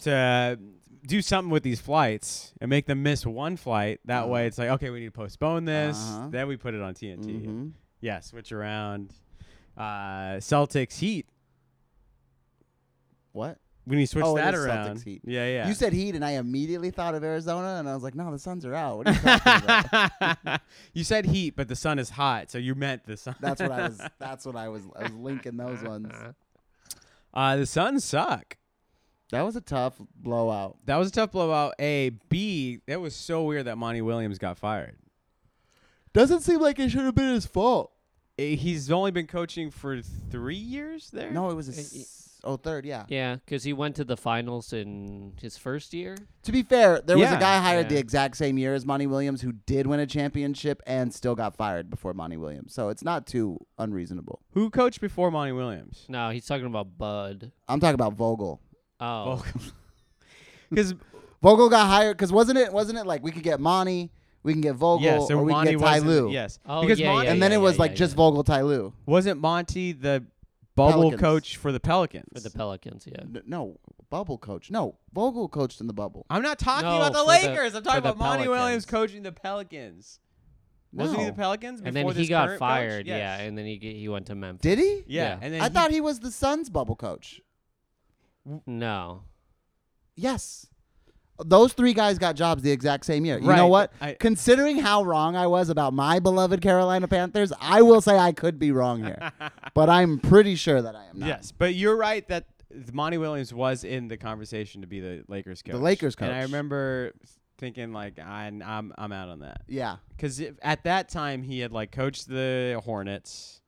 Speaker 1: to do something with these flights and make them miss one flight. That
Speaker 3: Uh-huh.
Speaker 1: way, it's like okay, we need to postpone this.
Speaker 3: Uh-huh.
Speaker 1: Then we put it on TNT.
Speaker 3: Mhm.
Speaker 1: Yeah, switch around. Uh, Celtics Heat.
Speaker 3: What?
Speaker 1: We need to switch
Speaker 3: Oh, it
Speaker 1: that
Speaker 3: is Celtics
Speaker 1: around.
Speaker 3: Heat.
Speaker 1: Yeah, yeah.
Speaker 3: You said Heat, and I immediately thought of Arizona, and I was like, no, the Suns are out. What are you talking about?
Speaker 1: you said heat, but the sun is hot, so you meant the sun.
Speaker 3: That's what I was. That's what I was. I was linking those ones.
Speaker 1: Uh, the Suns suck.
Speaker 3: That was a tough blowout.
Speaker 1: That was a tough blowout. A B. That was so weird that Monty Williams got fired.
Speaker 3: Doesn't seem like it should have been his fault.
Speaker 1: Eh, He's only been coaching for three years there.
Speaker 3: No, it was a
Speaker 2: Uh,
Speaker 3: s- oh third, yeah.
Speaker 2: Yeah, because he went to the finals in his first year.
Speaker 3: To be fair, there was
Speaker 1: Yeah.
Speaker 3: a guy hired
Speaker 2: Yeah.
Speaker 3: the exact same year as Monty Williams who did win a championship and still got fired before Monty Williams. So it's not too unreasonable.
Speaker 1: Who coached before Monty Williams?
Speaker 2: No, he's talking about Bud.
Speaker 3: I'm talking about Vogel.
Speaker 2: Oh,
Speaker 1: Because
Speaker 3: Vogel got hired because wasn't it wasn't it like we could get Monty, we can get Vogel,
Speaker 1: Oh, yeah, so
Speaker 3: or we
Speaker 1: Monty
Speaker 3: can get Ty
Speaker 1: was
Speaker 3: Lue.
Speaker 1: Yes,
Speaker 2: Oh,
Speaker 1: because
Speaker 2: yeah,
Speaker 1: Monty
Speaker 2: yeah,
Speaker 3: and then
Speaker 2: yeah,
Speaker 3: it was
Speaker 2: yeah,
Speaker 3: like
Speaker 2: yeah.
Speaker 3: just Vogel, Ty Lue.
Speaker 1: wasn't Monty the bubble
Speaker 3: Pelicans.
Speaker 1: coach for the Pelicans?
Speaker 2: for the Pelicans, yeah.
Speaker 3: N- No, bubble coach. No, Vogel coached in the bubble.
Speaker 1: I'm not talking
Speaker 2: No,
Speaker 1: about the
Speaker 2: for the-
Speaker 1: Lakers. I'm
Speaker 2: for
Speaker 1: talking
Speaker 2: the
Speaker 1: about Monty Williams
Speaker 2: Pelicans.
Speaker 1: coaching the Pelicans.
Speaker 3: No.
Speaker 1: Wasn't he the Pelicans?
Speaker 2: And then
Speaker 1: before
Speaker 2: he
Speaker 1: this
Speaker 2: got
Speaker 1: current coach?
Speaker 2: fired,
Speaker 1: Yes.
Speaker 2: yeah. And then he g- he went to Memphis.
Speaker 3: Did he?
Speaker 1: yeah.
Speaker 2: Yeah.
Speaker 1: And then
Speaker 3: I thought he was the Suns bubble coach.
Speaker 2: No,
Speaker 3: Yes. Those three guys got jobs the exact same year. You
Speaker 1: Right.
Speaker 3: know what?
Speaker 1: I-
Speaker 3: Considering how wrong I was about my beloved Carolina Panthers, I will say I could be wrong here. but I'm pretty sure that I am not.
Speaker 1: Yes, but you're right that Monty Williams was in the conversation to be the Lakers coach.
Speaker 3: The Lakers
Speaker 1: And I
Speaker 3: coach.
Speaker 1: remember thinking like I'm I'm, I'm out on that
Speaker 3: Yeah.
Speaker 1: because at that time he had like coached the Hornets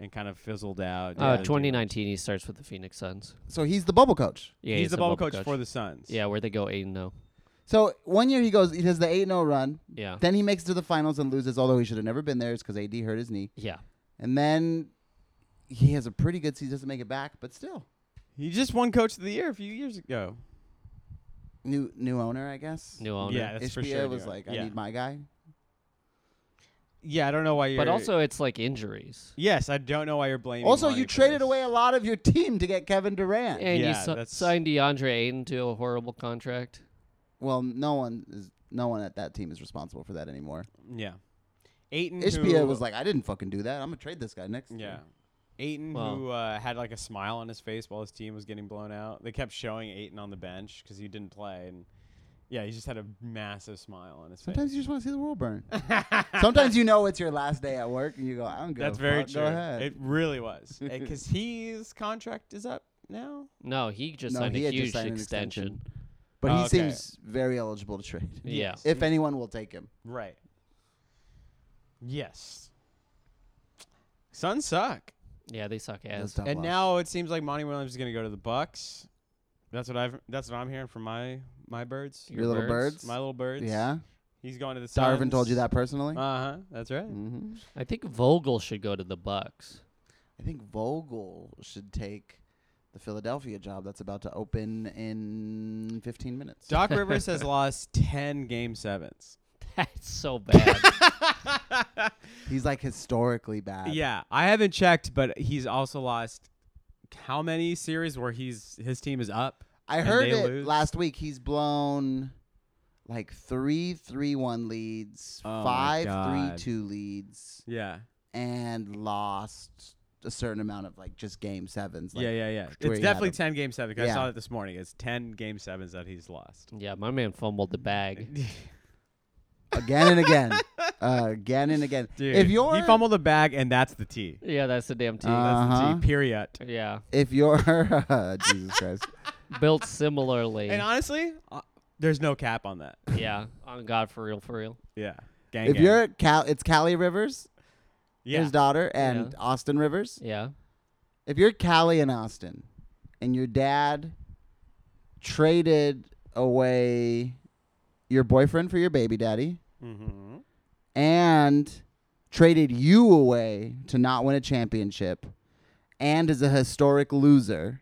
Speaker 1: and kind of fizzled out. Yeah.
Speaker 2: uh, 2019 he starts with the Phoenix Suns.
Speaker 3: So he's the bubble coach.
Speaker 2: Yeah,
Speaker 1: He's, the bubble coach, for the Suns.
Speaker 2: yeah, where they go eight and oh. zero.
Speaker 3: So one year he goes, he does the 8 0 run.
Speaker 2: Yeah,
Speaker 3: Then he makes it to the finals and loses, although he should have never been there. It's because AD hurt his knee.
Speaker 2: yeah.
Speaker 3: And then he has a pretty good season. Doesn't make it back, but still,
Speaker 1: He just won Coach of the Year a few years ago.
Speaker 3: new new owner, I guess.
Speaker 2: New owner.
Speaker 1: Yeah, that's for
Speaker 3: Ishbia
Speaker 1: sure.
Speaker 3: was
Speaker 1: new-
Speaker 3: like, I
Speaker 1: yeah.
Speaker 3: need my guy.
Speaker 1: Yeah, I don't know why you're.
Speaker 2: But also, it's like injuries.
Speaker 1: yes, I don't know why you're blaming.
Speaker 3: Also,
Speaker 1: Lonnie
Speaker 3: you
Speaker 1: for
Speaker 3: traded
Speaker 1: this.
Speaker 3: away a lot of your team to get Kevin Durant.
Speaker 2: And you
Speaker 1: Yeah,
Speaker 2: si-
Speaker 1: that's-
Speaker 2: signed DeAndre Ayton to a horrible contract.
Speaker 3: Well, no one is no one at that team is responsible for that anymore.
Speaker 1: Yeah, Aiton.
Speaker 3: Ishbia
Speaker 1: who-
Speaker 3: was like, I didn't fucking do that. I'm gonna trade this guy next.
Speaker 1: Mm-hmm. Yeah.
Speaker 3: year."
Speaker 1: Aiton,
Speaker 2: Well-
Speaker 1: who uh, had like a smile on his face while his team was getting blown out, they kept showing Aiton on the bench because he didn't play, and yeah, he just had a massive smile on his
Speaker 3: Sometimes
Speaker 1: face.
Speaker 3: you just want to see the world burn. Sometimes you know it's your last day at work and you go, I don't give
Speaker 1: That's
Speaker 3: a
Speaker 1: very
Speaker 3: fuck.
Speaker 1: true.
Speaker 3: Go ahead.
Speaker 1: It really was because his contract is up now.
Speaker 2: No, he just
Speaker 3: No,
Speaker 2: signed
Speaker 3: he
Speaker 2: a
Speaker 3: had just
Speaker 2: huge
Speaker 3: signed an
Speaker 2: extension.
Speaker 3: extension. but he
Speaker 1: oh, Okay.
Speaker 3: seems very eligible to trade.
Speaker 2: Yeah.
Speaker 3: If anyone will take him.
Speaker 1: Right. Yes. Suns suck.
Speaker 2: Yeah, they suck
Speaker 3: That's
Speaker 2: ass.
Speaker 3: tough
Speaker 1: and
Speaker 3: loss.
Speaker 1: now it seems like Monty Williams is going to go to the Bucks. That's what I've. That's what I'm hearing from my my birds,
Speaker 3: your little birds.
Speaker 1: my little birds.
Speaker 3: Yeah.
Speaker 1: he's going to the.
Speaker 3: Darvin told you that personally.
Speaker 1: Uh huh. That's right.
Speaker 3: hmm
Speaker 2: I think Vogel should go to the Bucks.
Speaker 3: I think Vogel should take the Philadelphia job that's about to open in 15 minutes.
Speaker 1: Doc Rivers has lost ten game sevens.
Speaker 2: That's so bad.
Speaker 3: He's like historically bad.
Speaker 1: yeah, I haven't checked, but he's also lost how many series where he's his team is up.
Speaker 3: I
Speaker 1: And
Speaker 3: heard
Speaker 1: they
Speaker 3: it
Speaker 1: lose?
Speaker 3: last week. He's blown like three three one leads,
Speaker 1: Oh my
Speaker 3: five
Speaker 1: God.
Speaker 3: three two leads,
Speaker 1: Yeah,
Speaker 3: and lost a certain amount of like just game sevens. Like,
Speaker 1: yeah, yeah, yeah.
Speaker 3: Curry
Speaker 1: It's
Speaker 3: had
Speaker 1: definitely
Speaker 3: him.
Speaker 1: ten game sevens. 'cause I
Speaker 3: Yeah.
Speaker 1: saw that this morning. It's ten game sevens that he's lost.
Speaker 2: yeah, my man fumbled the bag.
Speaker 3: Again and again, uh, again and again.
Speaker 1: Dude,
Speaker 3: if you're
Speaker 1: he fumbled the bag, and that's the T.
Speaker 2: Yeah, that's the damn team.
Speaker 3: Uh,
Speaker 1: That's
Speaker 3: Uh-huh.
Speaker 1: the T. Period.
Speaker 2: yeah,
Speaker 3: if you're Jesus Christ,
Speaker 2: built similarly.
Speaker 1: And honestly, uh, there's no cap on that.
Speaker 2: yeah, on God for real, for real.
Speaker 1: Yeah. Gang
Speaker 3: if
Speaker 1: gang.
Speaker 3: you're at Cal, it's Callie Rivers,
Speaker 1: yeah.
Speaker 3: his daughter, and
Speaker 2: Yeah.
Speaker 3: Austin Rivers.
Speaker 2: Yeah,
Speaker 3: If you're Callie and Austin, and your dad traded away your boyfriend for your baby daddy,
Speaker 1: mm-hmm.
Speaker 3: and traded you away to not win a championship, and is a historic loser.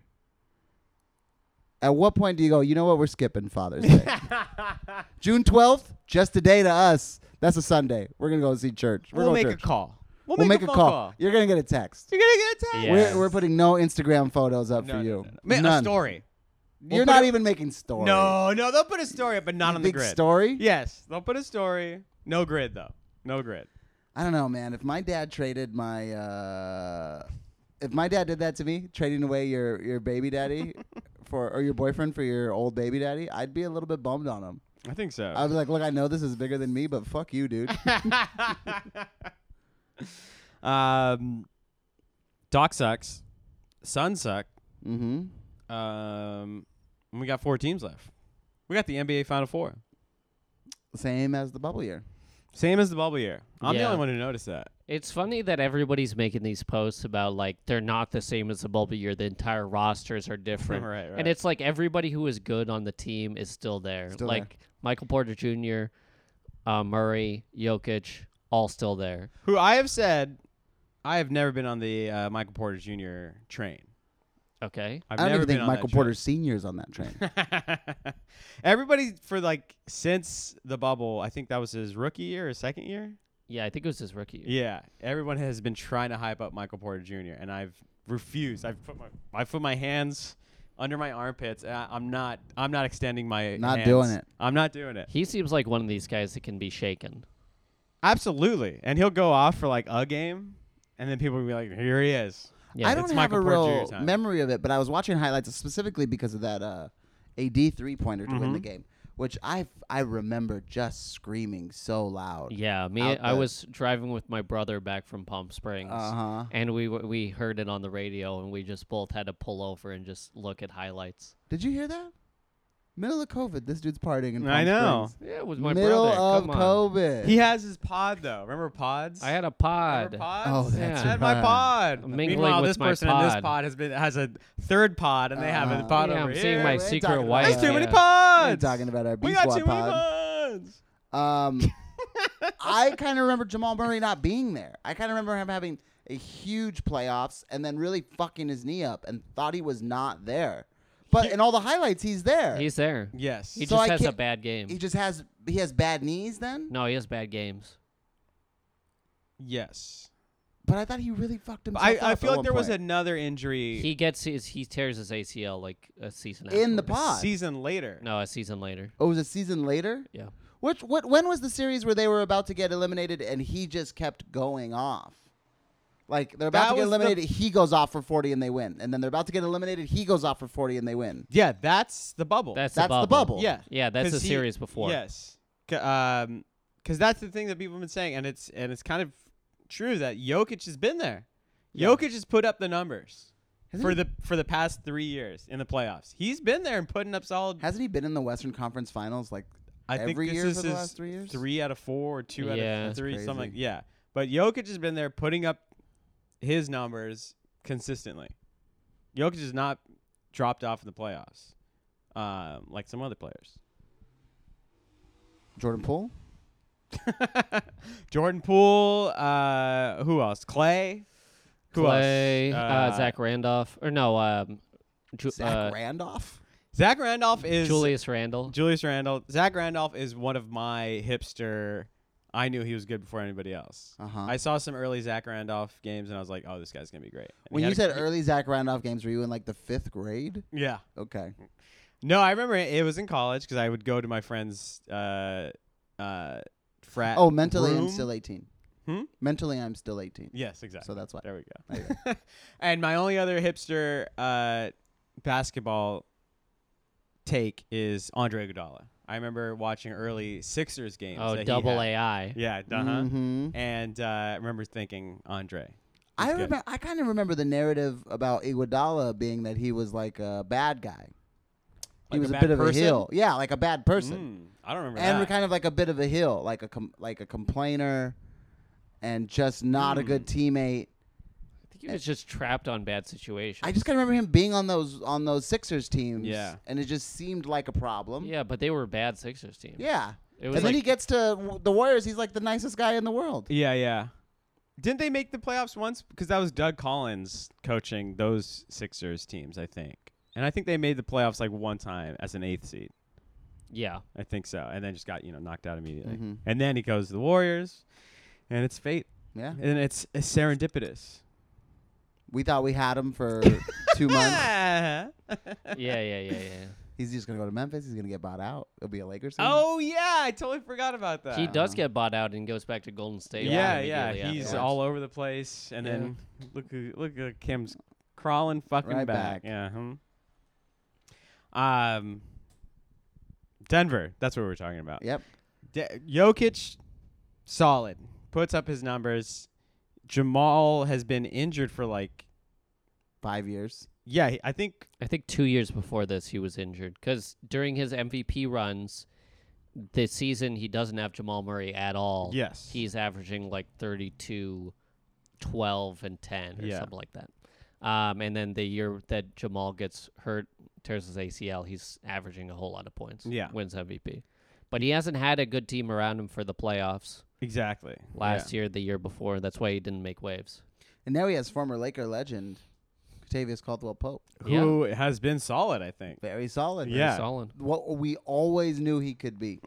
Speaker 3: At what point do you go? You know what? We're skipping Father's Day. June twelfth, just a day to us. That's a Sunday. We're gonna go see church. We're
Speaker 1: We'll make
Speaker 3: going to
Speaker 1: a
Speaker 3: church.
Speaker 1: call. We'll,
Speaker 3: We'll
Speaker 1: make, a, phone call.
Speaker 3: You're gonna get a text.
Speaker 1: You're gonna get a text.
Speaker 2: Yeah. Yes.
Speaker 3: We're, we're putting no Instagram photos up
Speaker 1: No,
Speaker 3: for
Speaker 1: no,
Speaker 3: you.
Speaker 1: no, no. Man,
Speaker 3: None.
Speaker 1: a story. We'll
Speaker 3: You're
Speaker 1: put
Speaker 3: not
Speaker 1: a-
Speaker 3: even making story.
Speaker 1: No, no, they'll put a story up, but not
Speaker 3: You
Speaker 1: on the
Speaker 3: think
Speaker 1: grid.
Speaker 3: story.
Speaker 1: Yes, they'll put a story. No grid though. No grid.
Speaker 3: I don't know, man. If my dad traded my, uh, if my dad did that to me, trading away your your baby daddy for or your boyfriend for your old baby daddy, I'd be a little bit bummed on him.
Speaker 1: I think so.
Speaker 3: I'd be like, look, I know this is bigger than me, but fuck you, dude.
Speaker 1: um, Doc sucks. Sun suck.
Speaker 3: mm-hmm.
Speaker 1: Um, and we got four teams left. We got the NBA Final Four.
Speaker 3: Same as the bubble year.
Speaker 1: Same as the bubble year. I'm the
Speaker 2: Yeah.
Speaker 1: only one who noticed that.
Speaker 2: It's funny that everybody's making these posts about like they're not the same as the bubble year. The entire rosters are different.
Speaker 1: Right, right.
Speaker 2: And it's like everybody who is good on the team is still there.
Speaker 3: Still there.
Speaker 2: like Michael Porter Jr., uh, Murray, Jokic, all still there.
Speaker 1: Who I have said, I have never been on the uh, Michael Porter Jr. train.
Speaker 2: Okay.
Speaker 1: I've
Speaker 3: I do not
Speaker 1: never
Speaker 3: even think
Speaker 1: been on that
Speaker 3: Michael Porter Senior's on that train.
Speaker 1: train. Everybody for like since the bubble, I think that was his rookie year or second year.
Speaker 2: Yeah, I think it was his rookie. year.
Speaker 1: Yeah, everyone has been trying to hype up Michael Porter Jr. and I've refused. I've put my I've put my hands under my armpits. And I, I'm not I'm not extending my
Speaker 3: Not
Speaker 1: hands.
Speaker 3: doing it.
Speaker 1: I'm not doing it.
Speaker 2: He seems like one of these guys that can be shaken.
Speaker 1: Absolutely. And he'll go off for like a game, and then people will be like, "Here he is."
Speaker 2: Yeah,
Speaker 3: I don't
Speaker 1: it's
Speaker 3: have
Speaker 1: Michael
Speaker 3: a
Speaker 1: Porter Jr.
Speaker 3: real
Speaker 1: time.
Speaker 3: memory of it, but I was watching highlights specifically because of that uh, AD three pointer to win the
Speaker 1: Mm-hmm.
Speaker 3: game, which I I remember just screaming so loud.
Speaker 2: Yeah, me.
Speaker 3: Out
Speaker 2: I
Speaker 3: the-
Speaker 2: was driving with my brother back from Palm Springs,
Speaker 3: Uh huh.
Speaker 2: and we w- we heard it on the radio, and we just both had to pull over and just look at highlights.
Speaker 3: Did you hear that? Middle of COVID, this dude's partying in Palm
Speaker 1: I know.
Speaker 3: Springs.
Speaker 2: Yeah, it was my
Speaker 3: Middle
Speaker 2: brother.
Speaker 3: of
Speaker 2: Come on.
Speaker 3: COVID.
Speaker 1: He has his pod though. Remember pods?
Speaker 2: I had a
Speaker 1: Remember
Speaker 2: pod.
Speaker 1: pods?
Speaker 3: Oh, that's
Speaker 1: I had my
Speaker 3: right.
Speaker 1: pod.
Speaker 2: Mingling
Speaker 1: Meanwhile,
Speaker 2: with
Speaker 1: this
Speaker 2: my
Speaker 1: person in this
Speaker 2: pod.
Speaker 1: pod has been has a third pod, and they have a
Speaker 3: Uh,
Speaker 1: pod
Speaker 2: yeah,
Speaker 1: over
Speaker 2: I'm
Speaker 1: here.
Speaker 2: seeing my
Speaker 3: We're
Speaker 2: secret
Speaker 3: talking about
Speaker 2: wife.
Speaker 1: There's
Speaker 3: s-
Speaker 1: too
Speaker 3: yeah.
Speaker 1: many
Speaker 3: We ain't
Speaker 1: pods.
Speaker 3: talking about our B
Speaker 1: we got
Speaker 3: squad
Speaker 1: too many
Speaker 3: pod.
Speaker 1: pods.
Speaker 3: Um, I kind of remember Jamal Murray not being there. I kind of remember him having a huge playoffs and then really fucking his knee up and thought he was not there. But in all the highlights, he's there.
Speaker 2: He's there.
Speaker 1: Yes.
Speaker 2: He
Speaker 3: So
Speaker 2: just
Speaker 3: I
Speaker 2: has a
Speaker 3: can't-
Speaker 2: bad game.
Speaker 3: he just has he has bad knees then.
Speaker 2: no, he has bad games.
Speaker 1: yes.
Speaker 3: But I thought he really fucked himself.
Speaker 1: I,
Speaker 3: up
Speaker 1: I
Speaker 3: at
Speaker 1: feel like
Speaker 3: one
Speaker 1: there was
Speaker 3: point.
Speaker 1: another injury
Speaker 2: He gets his, he tears his ACL like a season
Speaker 3: in
Speaker 1: a
Speaker 2: afterwards.
Speaker 3: the pod.
Speaker 1: season later.
Speaker 2: No, a season later.
Speaker 3: Oh, it was a season later.
Speaker 2: Yeah.
Speaker 3: Which what when was the series where they were about to get eliminated and he just kept going off? Like they're about
Speaker 1: That
Speaker 3: to get
Speaker 1: was the-
Speaker 3: eliminated, he goes off for 40 and they win. And then they're about to get eliminated, he goes off for 40 and they win.
Speaker 1: Yeah, that's the bubble.
Speaker 2: That's,
Speaker 3: That's the bubble.
Speaker 1: yeah.
Speaker 2: Yeah, that's
Speaker 1: 'Cause
Speaker 2: a
Speaker 1: he-
Speaker 2: series before.
Speaker 1: Yes. C- um, because that's the thing that people have been saying, and it's and it's kind of true that Jokic has been there. Jokic has put up the numbers
Speaker 3: Hasn't
Speaker 1: for
Speaker 3: he-
Speaker 1: the for the past three years in the playoffs. He's been there and putting up solid.
Speaker 3: Hasn't he been in the Western Conference Finals like
Speaker 1: I think
Speaker 3: every
Speaker 1: this
Speaker 3: year
Speaker 1: is
Speaker 3: for the
Speaker 1: his
Speaker 3: last three years?
Speaker 1: three out of four or two out
Speaker 2: Yeah.
Speaker 1: of
Speaker 2: That's
Speaker 1: three, something. Like,
Speaker 3: crazy.
Speaker 1: yeah, but Jokic has been there putting up his numbers consistently. Jokic has not dropped off in the playoffs, um, like some other players.
Speaker 3: Jordan Poole?
Speaker 1: Jordan Poole, uh, who else? Clay. Who
Speaker 2: Clay,
Speaker 1: else?
Speaker 2: uh, Zach Randolph, or no, um, Ju-
Speaker 3: Zach
Speaker 2: uh,
Speaker 3: Randolph?
Speaker 1: Zach Randolph is
Speaker 2: Julius Randle.
Speaker 1: Julius Randolph. Zach Randolph is one of my hipster. I knew he was good before anybody else.
Speaker 3: Uh-huh.
Speaker 1: I saw some early Zach Randolph games and I was like, "Oh, this guy's gonna be great." And he
Speaker 3: when
Speaker 1: had
Speaker 3: you
Speaker 1: a-
Speaker 3: said early Zach Randolph games, were you in like the fifth grade?
Speaker 1: "Yeah,"
Speaker 3: Okay.
Speaker 1: no, I remember it, it was in college because I would go to my friend's uh, uh, frat.
Speaker 3: Oh, mentally I'm
Speaker 1: room.
Speaker 3: still 18.
Speaker 1: Hmm?
Speaker 3: Mentally I'm still 18.
Speaker 1: Yes, exactly.
Speaker 3: So that's why.
Speaker 1: There we go. and my only other hipster uh, basketball take is Andre Iguodala. I remember watching early Sixers games.
Speaker 2: Oh,
Speaker 1: that he
Speaker 2: double
Speaker 1: had.
Speaker 2: AI.
Speaker 1: Yeah, uh-huh.
Speaker 3: Mhm.
Speaker 1: And uh, I remember thinking Andre.
Speaker 3: I
Speaker 1: He's good.
Speaker 3: remember. I kind of remember the narrative about Iguodala being that he was like a bad guy.
Speaker 1: Like
Speaker 3: He
Speaker 1: a
Speaker 3: was a,
Speaker 1: bad
Speaker 3: bit of a
Speaker 1: person?
Speaker 3: heel. Yeah, like a bad person,
Speaker 1: Mm, I don't remember
Speaker 3: and we're
Speaker 1: that.
Speaker 3: kind of like a bit of a heel, like a com- like a complainer, and just not a good
Speaker 1: Mm.
Speaker 3: teammate.
Speaker 2: I think he was just trapped on bad situations.
Speaker 3: I just kind of remember him being on those on those Sixers teams.
Speaker 1: Yeah.
Speaker 3: and it just seemed like a problem.
Speaker 2: yeah, but they were a bad Sixers team.
Speaker 3: yeah.
Speaker 2: It
Speaker 3: And
Speaker 2: was
Speaker 3: then
Speaker 2: like-
Speaker 3: he gets to w- the Warriors. He's like the nicest guy in the world.
Speaker 1: yeah, yeah. Didn't they make the playoffs once? Because that was Doug Collins coaching those Sixers teams, I think. And I think they made the playoffs like one time as an eighth seed.
Speaker 2: yeah.
Speaker 1: I think so. And then just got, you know, knocked out immediately.
Speaker 3: Mhm.
Speaker 1: And then he goes to the Warriors and it's fate.
Speaker 3: Yeah,
Speaker 1: And it's, it's serendipitous.
Speaker 3: we thought we had him for two months.
Speaker 2: yeah, yeah, yeah, yeah.
Speaker 3: He's just gonna go to Memphis. He's gonna get bought out. It'll be a Lakers. fan.
Speaker 1: oh yeah, I totally forgot about that.
Speaker 2: He does get bought out and goes back to Golden State.
Speaker 1: Yeah, yeah.
Speaker 2: immediately
Speaker 1: He's
Speaker 2: afterwards.
Speaker 1: all over the place and
Speaker 2: Yeah.
Speaker 1: then look who look at Kim's crawling fucking
Speaker 3: Right back.
Speaker 1: back. Yeah. Hmm. Um Denver, that's what we we're talking about.
Speaker 3: Yep.
Speaker 1: De- Jokic, solid. Puts up his numbers. Jamal has been injured for like,
Speaker 3: Five years.
Speaker 1: yeah, he- I think
Speaker 2: I think two years before this, he was injured because during his MVP runs, this season he doesn't have Jamal Murray at all.
Speaker 1: yes,
Speaker 2: he's averaging like 32 12 and 10 or
Speaker 1: Yeah.
Speaker 2: something like that um, and then the year that jamal gets hurt tears his acl he's averaging a whole lot of points
Speaker 1: Yeah.
Speaker 2: wins mvp but he hasn't had a good team around him for the playoffs
Speaker 1: exactly
Speaker 2: last year the year before that's why he didn't make waves
Speaker 3: And now he has former Laker legend Catavius Caldwell Pope.
Speaker 2: Yeah.
Speaker 1: who has been solid, I think.
Speaker 3: Very solid.
Speaker 1: Yeah.
Speaker 2: Pretty solid
Speaker 3: What we always knew he could be.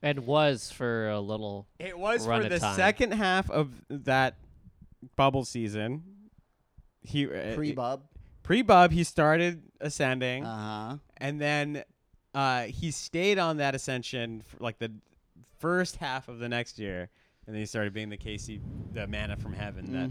Speaker 2: and was for a little
Speaker 1: It was
Speaker 2: Run
Speaker 1: for
Speaker 2: of
Speaker 1: the
Speaker 2: time.
Speaker 1: second half of that bubble season. He
Speaker 3: Pre bub.
Speaker 1: pre bub he started ascending,
Speaker 3: Uh huh.
Speaker 1: and then uh, he stayed on that ascension for like the first half of the next year, and then he started being the Casey, the manna from heaven. That,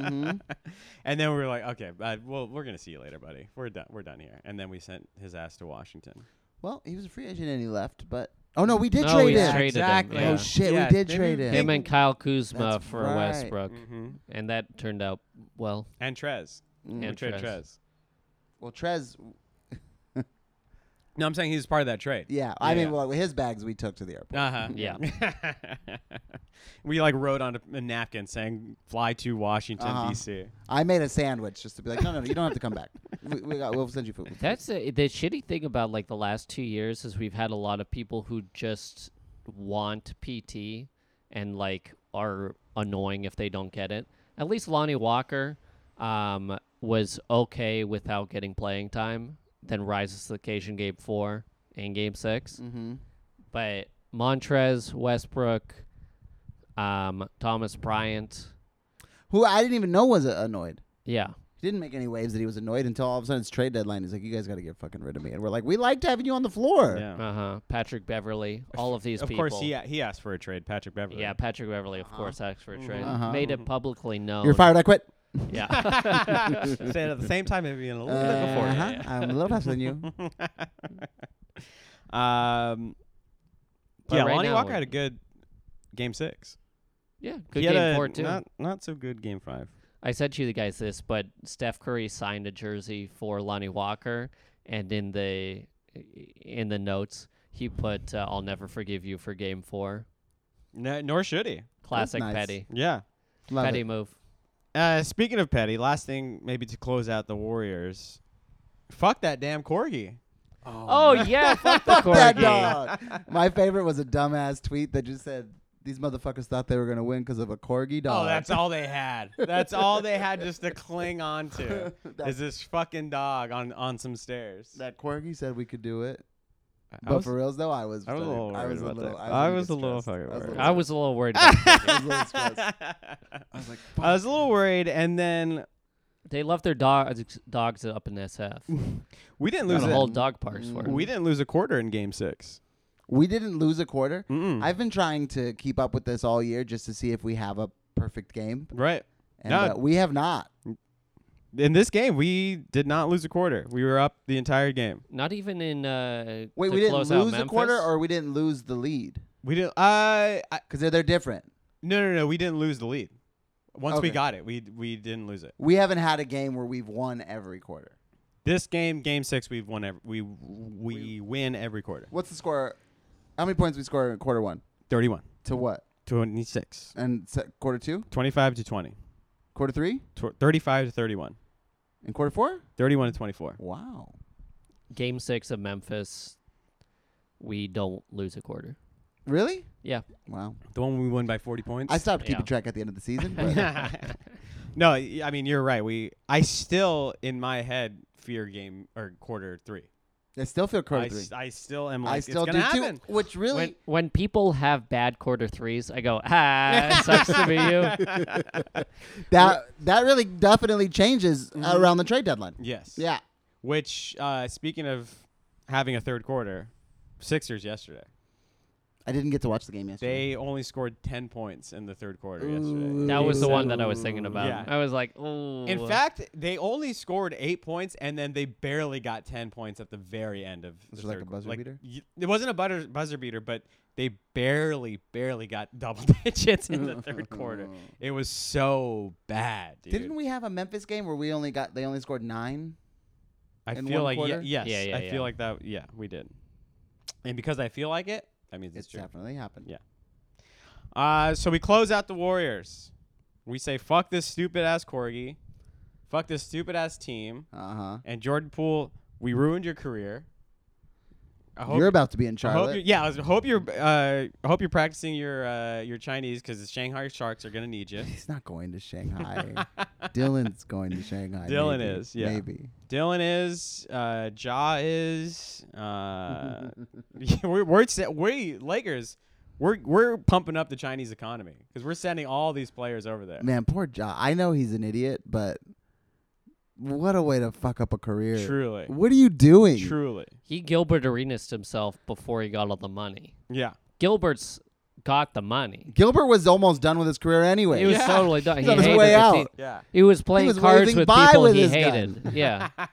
Speaker 1: and then we were like, okay, uh, well, we're gonna see you later, buddy. We're done. We're done here. And then we sent his ass to Washington.
Speaker 3: Well, he was a free agent and he left, but. Oh, no, we did
Speaker 2: No,
Speaker 3: trade
Speaker 2: we
Speaker 3: him.
Speaker 2: traded- him,
Speaker 1: exactly.
Speaker 2: yeah.
Speaker 3: Oh, shit, we did trade him.
Speaker 2: him and kyle kuzma
Speaker 3: That's
Speaker 2: for
Speaker 3: right.
Speaker 2: westbrook
Speaker 1: hmm
Speaker 2: and that turned out well
Speaker 1: and Trez.
Speaker 3: Mm.
Speaker 1: We traded
Speaker 2: Trez.
Speaker 1: Trez.
Speaker 3: Well, Trez.
Speaker 1: No, I'm saying he was part of that trade.
Speaker 3: Yeah. I
Speaker 1: Yeah.
Speaker 3: mean, well, his bags we took to the airport.
Speaker 1: Uh huh.
Speaker 2: Yeah.
Speaker 1: we like wrote on a, a napkin saying "Fly to Washington
Speaker 3: Uh-huh.
Speaker 1: D.C."
Speaker 3: I made a sandwich just to be like, no, no, no, you don't have to come back. We, we got, we'll send you food.
Speaker 2: That's the the shitty thing about like the last two years is we've had a lot of people who just want PT and like are annoying if they don't get it. At least Lonnie Walker um, was okay without getting playing time, then rises to the occasion game four and game 6
Speaker 3: Mm-hmm.
Speaker 2: But Montrez, Westbrook, um, Thomas Bryant,
Speaker 3: Who I didn't even know was uh, annoyed.
Speaker 2: yeah.
Speaker 3: He didn't make any waves that he was annoyed until all of a sudden it's trade deadline. He's like, "You guys got to get fucking rid of me," and we're like, "We liked having you on the floor."
Speaker 1: Yeah.
Speaker 2: Uh huh. Patrick Beverly, all of these
Speaker 1: of
Speaker 2: people.
Speaker 1: course, he he asked for a trade, Patrick Beverly.
Speaker 2: Yeah, Patrick Beverly, of course, asked for a trade.
Speaker 3: Uh-huh.
Speaker 2: Made it publicly known.
Speaker 3: You're fired. I quit.
Speaker 2: Yeah.
Speaker 1: Say it at the same time, maybe in a little bit before.
Speaker 3: Uh-huh. I'm a little faster than you.
Speaker 1: Um,
Speaker 2: But
Speaker 1: yeah,
Speaker 2: right
Speaker 1: Lonnie
Speaker 2: now,
Speaker 1: Walker had a good game six.
Speaker 2: yeah. Good
Speaker 1: he had
Speaker 2: game
Speaker 1: a
Speaker 2: four too.
Speaker 1: Not not so good game five.
Speaker 2: I said to you guys this, but Steph Curry signed a jersey for Lonnie Walker, and in the in the notes he put, uh, "I'll never forgive you for Game Four.
Speaker 1: No, nor should he.
Speaker 2: Classic
Speaker 3: nice.
Speaker 2: petty,
Speaker 1: Yeah.
Speaker 3: Love
Speaker 2: petty
Speaker 3: it.
Speaker 2: move.
Speaker 1: Uh, speaking of petty, last thing maybe to close out the Warriors. Fuck that damn corgi.
Speaker 2: Oh yeah, fuck the corgi.
Speaker 3: That dog. My favorite was a dumbass tweet that just said, "These motherfuckers thought they were gonna win because of a corgi dog."
Speaker 1: Oh, that's all they had. That's all they had just to cling on to.
Speaker 3: That-
Speaker 1: is this fucking dog on on some stairs?
Speaker 3: that corgi said we could do it.
Speaker 1: I
Speaker 3: But
Speaker 1: was-
Speaker 3: for reals though, I was.
Speaker 1: I was a
Speaker 3: fucking-
Speaker 1: little
Speaker 3: I
Speaker 1: worried
Speaker 3: was a
Speaker 1: about
Speaker 3: little.
Speaker 1: that.
Speaker 3: I
Speaker 1: I was
Speaker 3: was
Speaker 1: a
Speaker 3: a little
Speaker 1: little
Speaker 3: stressed. I was a
Speaker 1: fucking
Speaker 3: little
Speaker 2: I was a little worried. About that.
Speaker 3: I was a little stressed. I was like, fuck.
Speaker 1: I was a little worried, and then
Speaker 2: they love their dogs dogs up in SF.
Speaker 1: we didn't
Speaker 2: Got
Speaker 1: lose.
Speaker 2: a
Speaker 1: A,
Speaker 2: whole dog parks for 'em.
Speaker 1: we didn't lose a quarter in Game Six.
Speaker 3: we didn't lose a quarter.
Speaker 1: Mm-mm.
Speaker 3: I've been trying to keep up with this all year just to see if we have a perfect game,
Speaker 1: right
Speaker 3: and
Speaker 1: No.
Speaker 3: uh, we have not.
Speaker 1: in this game, we did not lose a quarter. We were up the entire game.
Speaker 2: Not even in. Uh,
Speaker 3: Wait,
Speaker 2: to
Speaker 3: we didn't
Speaker 2: close
Speaker 3: lose
Speaker 2: out
Speaker 3: a quarter,
Speaker 2: Memphis?
Speaker 3: or we didn't lose the lead
Speaker 1: We did. Uh, I
Speaker 3: because they're they're different.
Speaker 1: no no no. We didn't lose the lead. Once we
Speaker 3: Okay.
Speaker 1: got it, we we didn't lose it.
Speaker 3: We haven't had a game where we've won every quarter.
Speaker 1: This game, Game Six, we've won. Every, we we win every quarter.
Speaker 3: What's the score? How many points we score in quarter one?
Speaker 1: Thirty-one,
Speaker 3: To what?
Speaker 1: twenty-six,
Speaker 3: And se- quarter two,
Speaker 1: twenty-five to twenty,
Speaker 3: quarter three,
Speaker 1: tw- thirty-five to thirty-one,
Speaker 3: and quarter four.
Speaker 1: thirty-one to twenty-four.
Speaker 3: Wow.
Speaker 2: game six of Memphis, we don't lose a quarter.
Speaker 3: Really?
Speaker 2: Yeah.
Speaker 3: Wow.
Speaker 1: The one we won by forty points.
Speaker 3: I stopped keeping
Speaker 2: Yeah.
Speaker 3: track at the end of the season. But
Speaker 1: no, y- I mean you're right. We I still in my head fear game or quarter three.
Speaker 3: I still feel quarter
Speaker 1: I,
Speaker 3: three.
Speaker 1: s- I still am like
Speaker 3: I still
Speaker 1: it's
Speaker 3: do
Speaker 1: gonna happen.
Speaker 3: too. Which really,
Speaker 1: When-
Speaker 2: When people have bad quarter threes, I go, ah, it sucks to be you.
Speaker 3: that that really definitely changes
Speaker 1: Mm-hmm.
Speaker 3: around the trade deadline.
Speaker 1: Yes.
Speaker 3: Yeah.
Speaker 1: Which uh, speaking of having a third quarter, Sixers yesterday
Speaker 3: I didn't get to watch the game yesterday.
Speaker 1: they only scored ten points in the third quarter
Speaker 3: Ooh.
Speaker 1: yesterday.
Speaker 2: That was the
Speaker 1: So-
Speaker 2: one that I was thinking about.
Speaker 1: Yeah.
Speaker 2: I was like, oh.
Speaker 1: In fact, they only scored eight points, and then they barely got ten points at the very end of.
Speaker 3: Was
Speaker 1: the
Speaker 3: it like
Speaker 1: third
Speaker 3: a
Speaker 1: qu-
Speaker 3: buzzer beater?
Speaker 1: y- it wasn't a butter, buzzer beater, but they barely, barely got double digits in the third quarter. It was so bad. Dude.
Speaker 3: Didn't we have a Memphis game where we only got they only scored nine?
Speaker 1: I
Speaker 3: in
Speaker 1: feel
Speaker 3: one
Speaker 1: like ye-
Speaker 3: quarter?
Speaker 1: yes.
Speaker 2: Yeah, yeah,
Speaker 1: I
Speaker 2: yeah.
Speaker 1: feel like that. Yeah, we did. And because I feel like it, that means it's,
Speaker 3: It's
Speaker 1: true.
Speaker 3: definitely happened.
Speaker 1: Yeah. Uh, so we close out the Warriors. We say, fuck this stupid ass corgi. Fuck this stupid ass team.
Speaker 3: Uh huh.
Speaker 1: And Jordan Poole, we ruined your career. I hope
Speaker 3: You're about to be in
Speaker 1: I hope
Speaker 3: Charlotte.
Speaker 1: you're, yeah, I was- hope you're. Uh, I hope you're practicing your uh, your Chinese because the Shanghai Sharks are gonna need you.
Speaker 3: He's not going to Shanghai. Dylan's going to Shanghai.
Speaker 1: Dylan
Speaker 3: maybe.
Speaker 1: is, yeah.
Speaker 3: Maybe.
Speaker 1: Dylan is. Uh, Ja is. Uh, we're we're, se- we Lakers. We're we're pumping up the Chinese economy because we're sending all these players over there.
Speaker 3: Man, poor Ja. I know he's an idiot, but what a way to fuck up a career.
Speaker 1: Truly,
Speaker 3: What are you doing?
Speaker 1: truly,
Speaker 2: he Gilbert Arenas himself before he got all the money.
Speaker 1: yeah.
Speaker 2: Gilbert's got the money.
Speaker 3: Gilbert was almost done with his career anyway.
Speaker 2: He was
Speaker 1: Yeah.
Speaker 2: totally done.
Speaker 3: He's
Speaker 2: he
Speaker 3: on his
Speaker 2: hated
Speaker 3: way
Speaker 2: the
Speaker 3: out.
Speaker 2: team.
Speaker 1: Yeah.
Speaker 2: He was playing
Speaker 3: was
Speaker 2: cards
Speaker 3: waving
Speaker 2: with
Speaker 3: bye
Speaker 2: people
Speaker 3: with
Speaker 2: he
Speaker 3: his gun.
Speaker 2: hated. Yeah.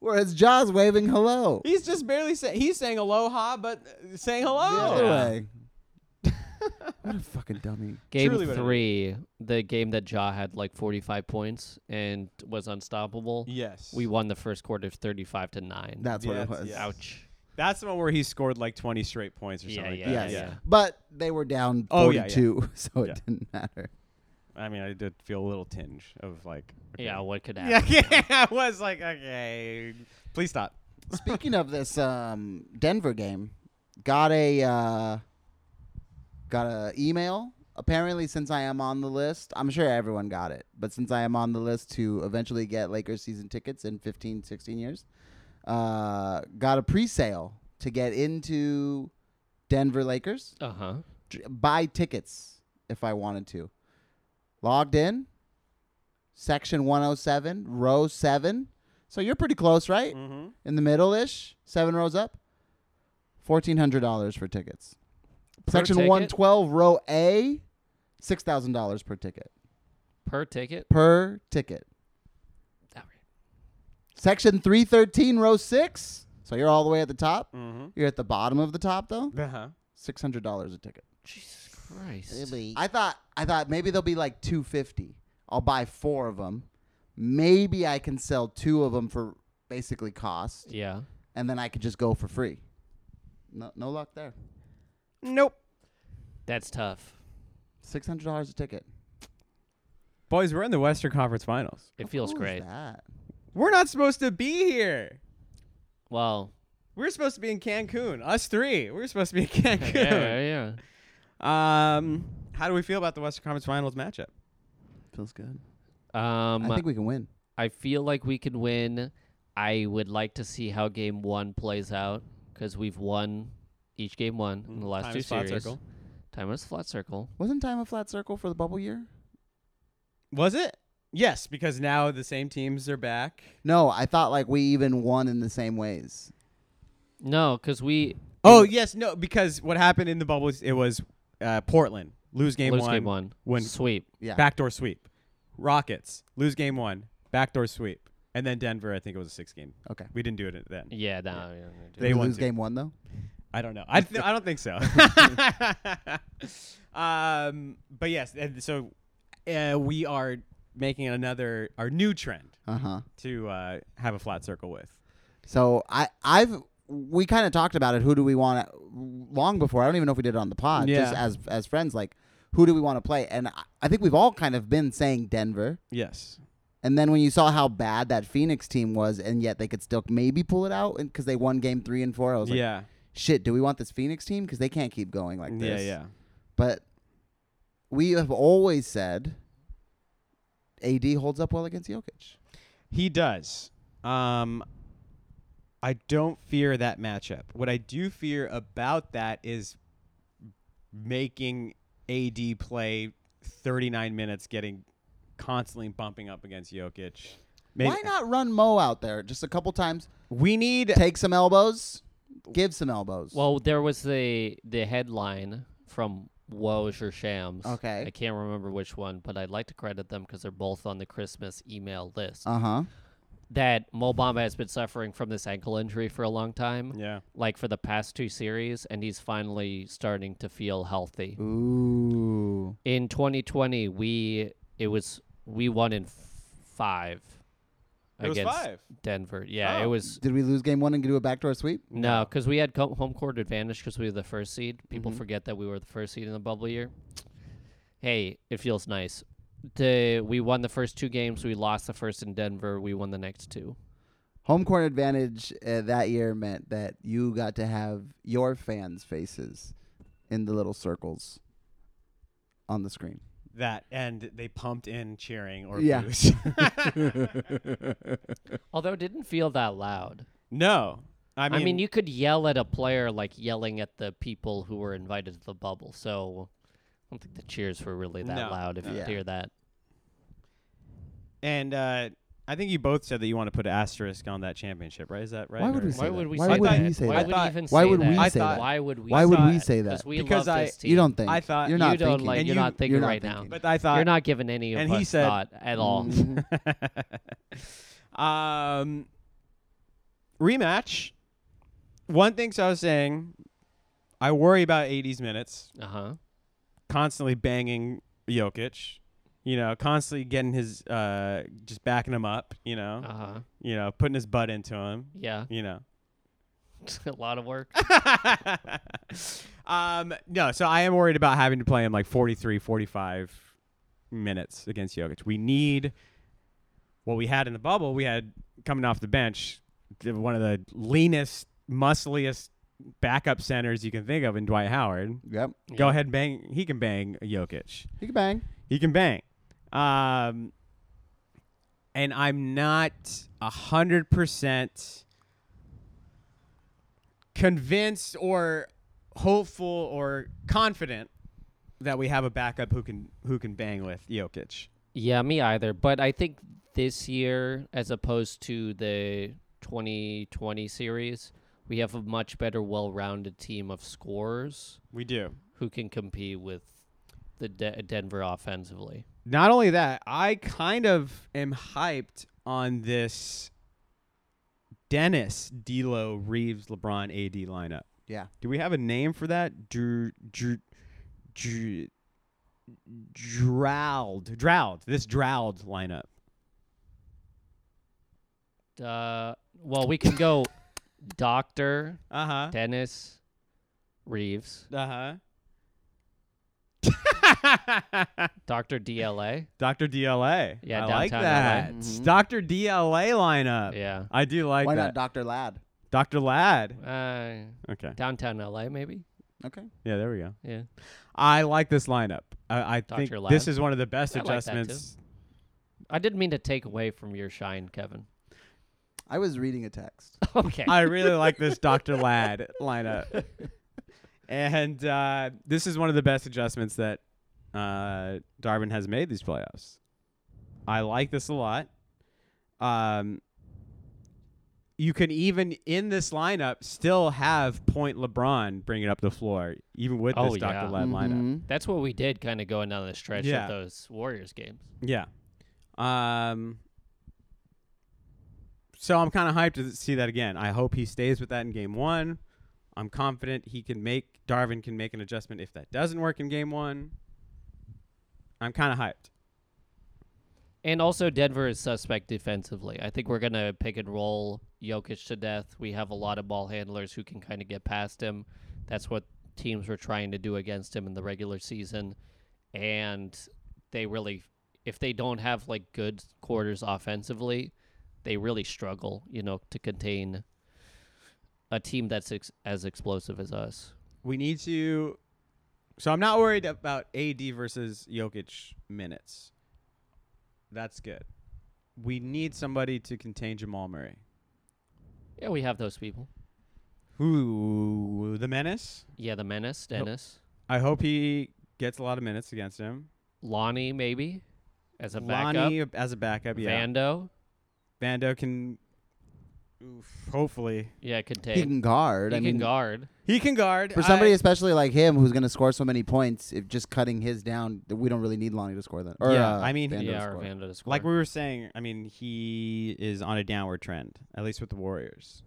Speaker 3: Whereas Ja's waving hello.
Speaker 1: He's just barely saying he's saying aloha, but uh, saying
Speaker 3: The
Speaker 1: hello.
Speaker 3: other
Speaker 2: Yeah.
Speaker 3: way. what a fucking dummy.
Speaker 2: Game
Speaker 1: Truly what it is.
Speaker 2: three, the game that Ja had like 45 points and was unstoppable.
Speaker 1: Yes,
Speaker 2: We won the first quarter 35 to 9.
Speaker 3: That's what it
Speaker 1: Yes,
Speaker 3: was.
Speaker 1: yes.
Speaker 2: Ouch.
Speaker 1: That's the one where he scored like 20 straight points or
Speaker 2: Yeah,
Speaker 1: something.
Speaker 2: yeah,
Speaker 1: like
Speaker 3: Yes.
Speaker 1: that.
Speaker 2: yeah.
Speaker 3: But they were down 42,
Speaker 1: Oh, yeah, yeah.
Speaker 3: so it
Speaker 1: Yeah.
Speaker 3: didn't matter.
Speaker 1: I mean, I did feel a little tinge of like. okay.
Speaker 2: Yeah, what could happen?
Speaker 1: Yeah, yeah. I was like, okay, please stop.
Speaker 3: Speaking of this um, Denver game, got a uh, got a email apparently since I am on the list, I'm sure everyone got it, but since I am on the list to eventually get Lakers season tickets in 15, 16 years, uh, got a pre-sale to get into Denver Lakers,
Speaker 2: Uh huh.
Speaker 3: Dr- buy tickets if I wanted to. Logged in, section 107, row 7. So you're pretty close, right?
Speaker 1: Mm-hmm.
Speaker 3: In the middle ish, 7 rows up. $1400 for tickets. Section
Speaker 2: ticket?
Speaker 3: 112, row A, $6,000 per ticket.
Speaker 2: Per ticket.
Speaker 3: Per ticket.
Speaker 2: All right.
Speaker 3: Section 313, row 6. So you're all the way at the top.
Speaker 1: Mm-hmm.
Speaker 3: You're at the bottom of the top, though.
Speaker 1: Uh-huh.
Speaker 3: $600 a ticket.
Speaker 2: Jesus Christ.
Speaker 3: I thought, I thought maybe they'll be like 250 I'll buy four of them. Maybe I can sell two of them for basically cost,
Speaker 2: Yeah.
Speaker 3: and then I could just go for free. No, no luck there.
Speaker 1: Nope.
Speaker 2: That's tough.
Speaker 3: $600 a ticket.
Speaker 1: Boys, we're in the Western Conference Finals.
Speaker 2: It feels
Speaker 3: Who's
Speaker 2: great.
Speaker 3: that?
Speaker 1: We're not supposed to be here.
Speaker 2: Well,
Speaker 1: We're supposed to be in Cancun. Us three. We're supposed to be in
Speaker 2: yeah,
Speaker 1: Cancun.
Speaker 2: yeah, yeah.
Speaker 1: Um, how do we feel about the Western Conference Finals matchup?
Speaker 3: Feels good.
Speaker 2: Um,
Speaker 3: I think we can win.
Speaker 2: I feel like we could win. I would like to see how game one plays out because we've won each game one in the
Speaker 1: Mm,
Speaker 2: last
Speaker 1: Time
Speaker 2: two
Speaker 1: is flat
Speaker 2: series.
Speaker 1: circle.
Speaker 2: Time is flat circle.
Speaker 3: Wasn't time a flat circle for the bubble year?
Speaker 1: Was it? Yes, because now the same teams are back.
Speaker 3: No, I thought like we even won in the same ways.
Speaker 2: No, because we
Speaker 1: Oh yes, no, because what happened in the bubbles? It was uh, Portland lose game
Speaker 2: lose
Speaker 1: one,
Speaker 2: game one,
Speaker 1: win-
Speaker 2: sweep.
Speaker 3: Yeah.
Speaker 1: backdoor sweep. Rockets lose game one, backdoor sweep, and then Denver. I think it was a six game.
Speaker 3: Okay.
Speaker 1: We didn't do it then.
Speaker 2: Yeah, no, I don't know, dude.
Speaker 1: They
Speaker 3: Did we
Speaker 1: won
Speaker 3: lose
Speaker 1: too.
Speaker 3: game one though.
Speaker 1: I don't know. I th- I don't think so. um, but yes, and so uh, we are making another our new trend
Speaker 3: Uh huh.
Speaker 1: to uh, have a flat circle with.
Speaker 3: So I I've we kind of talked about it. Who do we want to, long before? I don't even know if we did it on the pod. Just
Speaker 1: Yeah.
Speaker 3: as as friends, like who do we want to play? And I, I think we've all kind of been saying Denver.
Speaker 1: Yes.
Speaker 3: And then when you saw how bad that Phoenix team was, and yet they could still maybe pull it out because they won game three and four. I was like,
Speaker 1: yeah.
Speaker 3: shit, do we want this Phoenix team? Because they can't keep going like
Speaker 1: yeah.
Speaker 3: this.
Speaker 1: Yeah.
Speaker 3: But we have always said AD holds up well against Jokic.
Speaker 1: He does. Um, I don't fear that matchup. What I do fear about that is making AD play 39 minutes, getting constantly bumping up against Jokic. Maybe-
Speaker 3: Why not run Mo out there just a couple times?
Speaker 1: We need.
Speaker 3: Take some elbows, give some elbows.
Speaker 2: Well, there was the the headline from Woes or Shams.
Speaker 3: Okay.
Speaker 2: I can't remember which one, but I'd like to credit them because they're both on the Christmas email list.
Speaker 3: uh huh.
Speaker 2: that Mo Bamba has been suffering from this ankle injury for a long time,
Speaker 1: Yeah.
Speaker 2: like for the past two series, and he's finally starting to feel healthy.
Speaker 3: Ooh.
Speaker 2: In 2020, we it was we won in f- five
Speaker 1: It was
Speaker 2: against
Speaker 1: five.
Speaker 2: Denver. Yeah, it
Speaker 1: Oh.
Speaker 2: was
Speaker 3: Did we lose game one and do a backdoor sweep?
Speaker 2: no because we had co- home court advantage because we were the first seed. People forget that we were the first seed in the bubble year. Hey, it feels nice. The we won the first two games. We lost the first in Denver. We won the next two.
Speaker 3: Home court advantage uh, that year meant that you got to have your fans' faces in the little circles on the screen.
Speaker 1: That and they pumped in cheering or
Speaker 3: Yeah.
Speaker 1: boos.
Speaker 2: Although it didn't feel that loud.
Speaker 1: no, I
Speaker 2: I mean,
Speaker 1: mean,
Speaker 2: you could yell at a player like yelling at the people who were invited to the bubble. So I don't think the cheers were really that
Speaker 1: No,
Speaker 2: loud if
Speaker 1: no.
Speaker 2: you
Speaker 3: Yeah.
Speaker 2: hear that.
Speaker 1: and uh, I think you both said that you want to put an asterisk on that championship, right? Is that right?
Speaker 3: Why would
Speaker 1: Or-
Speaker 3: we
Speaker 2: Why
Speaker 3: say
Speaker 2: would
Speaker 3: that?
Speaker 2: we
Speaker 3: Why
Speaker 2: say
Speaker 1: would
Speaker 2: that?
Speaker 1: we
Speaker 3: say
Speaker 2: Why
Speaker 1: that?
Speaker 2: would
Speaker 1: I
Speaker 2: we
Speaker 1: thought-
Speaker 2: even
Speaker 3: Why
Speaker 2: say
Speaker 3: would
Speaker 2: that?
Speaker 3: we say
Speaker 1: that?
Speaker 2: Why would we
Speaker 3: Why
Speaker 2: say
Speaker 3: would
Speaker 2: that?
Speaker 3: we say that?
Speaker 2: 'Cause we
Speaker 1: Because
Speaker 2: love
Speaker 1: I-
Speaker 2: this team.
Speaker 3: You don't think?
Speaker 1: I thought
Speaker 3: You're
Speaker 2: You
Speaker 3: not
Speaker 2: don't
Speaker 3: thinking.
Speaker 2: like.
Speaker 1: And
Speaker 2: You're
Speaker 1: you-
Speaker 2: not thinking
Speaker 3: you're not
Speaker 2: right
Speaker 3: thinking.
Speaker 2: now.
Speaker 1: But I thought
Speaker 2: You're not giving any of
Speaker 1: and
Speaker 2: us
Speaker 1: he said- "Mm."
Speaker 2: thought at all.
Speaker 3: Mhm.
Speaker 1: um, rematch. One thing so I was saying, I worry about 80s minutes,
Speaker 2: Uh huh.
Speaker 1: constantly banging Jokic, you know, constantly getting his, uh, just backing him up, you know,
Speaker 2: Uh huh.
Speaker 1: you know, putting his butt into him,
Speaker 2: Yeah.
Speaker 1: you know.
Speaker 2: a lot of work.
Speaker 1: um, no, so I am worried about having to play him like 43, 45 minutes against Jokic. We need what we had in the bubble. We had coming off the bench the- one of the leanest, muscliest backup centers you can think of in Dwight Howard.
Speaker 3: Yep.
Speaker 1: Go
Speaker 2: Yeah.
Speaker 1: ahead, bang. He can bang Jokic.
Speaker 3: He can bang.
Speaker 1: He can bang. Um, and I'm not a hundred percent convinced or hopeful or confident that we have a backup who can who can bang with Jokic.
Speaker 2: Yeah, me either. But I think this year, as opposed to the 2020 series, we have a much better, well rounded team of scorers
Speaker 1: We do.
Speaker 2: who can compete with the De- Denver offensively.
Speaker 1: Not only that, I kind of am hyped on this Dennis D'Lo Reeves LeBron AD lineup.
Speaker 3: Yeah.
Speaker 1: Do we have a name for that? Dr- dr- dr- Drowled. Drowled. This Drowled lineup.
Speaker 2: Uh, well, we can go Doctor
Speaker 1: Uh huh.
Speaker 2: Dennis Reeves,
Speaker 1: Uh huh.
Speaker 2: Doctor DLA.
Speaker 1: Dr. DLA.
Speaker 2: Yeah,
Speaker 1: I like
Speaker 2: downtown Mm-hmm.
Speaker 1: that.
Speaker 3: LA.
Speaker 1: It's
Speaker 3: Mhm.
Speaker 1: Dr. DLA lineup.
Speaker 2: Yeah.
Speaker 1: I do like
Speaker 3: Why
Speaker 1: that.
Speaker 3: not Dr. Ladd?
Speaker 1: Dr. Ladd.
Speaker 2: Uh,
Speaker 1: Okay.
Speaker 2: downtown LA, maybe.
Speaker 3: Okay.
Speaker 1: Yeah, there we go.
Speaker 2: Yeah.
Speaker 1: I like this lineup. I, I think
Speaker 2: Dr.
Speaker 1: this
Speaker 2: Ladd.
Speaker 1: is one of the best
Speaker 2: I like that too.
Speaker 1: adjustments.
Speaker 2: I didn't mean to take away from your shine, Kevin.
Speaker 3: I was reading a text.
Speaker 2: Okay.
Speaker 1: I really like this Dr. Ladd lineup. And uh, this is one of the best adjustments that uh, Darwin has made these playoffs. I like this a lot. Um, you can even in this lineup still have point LeBron bringing up the floor, even with
Speaker 2: Oh,
Speaker 1: this Dr.
Speaker 2: yeah.
Speaker 1: Ladd lineup.
Speaker 3: Mhm.
Speaker 2: That's what we did kind of going down the stretch
Speaker 1: Yeah.
Speaker 2: of those Warriors games.
Speaker 1: Yeah. Um. So I'm kind of hyped to see that again. I hope he stays with that in game one. I'm confident he can make Darvin can make an adjustment if that doesn't work in game one. I'm kind of hyped.
Speaker 2: And also Denver is suspect defensively. I think we're gonna pick and roll Jokic to death. We have a lot of ball handlers who can kind of get past him. That's what teams were trying to do against him in the regular season. And they really if they don't have like good quarters offensively, they really struggle, you know, to contain a team that's ex- as explosive as us.
Speaker 1: We need to. So I'm not worried about AD versus Jokic minutes. That's good. We need somebody to contain Jamal Murray.
Speaker 2: Yeah, we have those people.
Speaker 1: Who the menace?
Speaker 2: Yeah, the menace,
Speaker 1: Nope.
Speaker 2: Dennis.
Speaker 1: I hope he gets a lot of minutes against him.
Speaker 2: Lonnie maybe as a backup.
Speaker 1: Lonnie as a backup, yeah.
Speaker 2: Vando.
Speaker 1: Vando can oof, hopefully
Speaker 2: Yeah, could take.
Speaker 3: He can guard.
Speaker 2: he
Speaker 3: I
Speaker 2: can
Speaker 3: mean,
Speaker 2: guard.
Speaker 1: he can guard
Speaker 3: for somebody
Speaker 1: I-
Speaker 3: especially like him who's going to score so many points, if just cutting his down, th- we don't really need Lonnie to score that. Or,
Speaker 1: Yeah,
Speaker 3: uh,
Speaker 1: I mean,
Speaker 3: Vando to
Speaker 2: yeah, or
Speaker 3: score.
Speaker 2: Vando to score.
Speaker 1: like we were saying. I mean, he is on a downward trend, at least with the Warriors.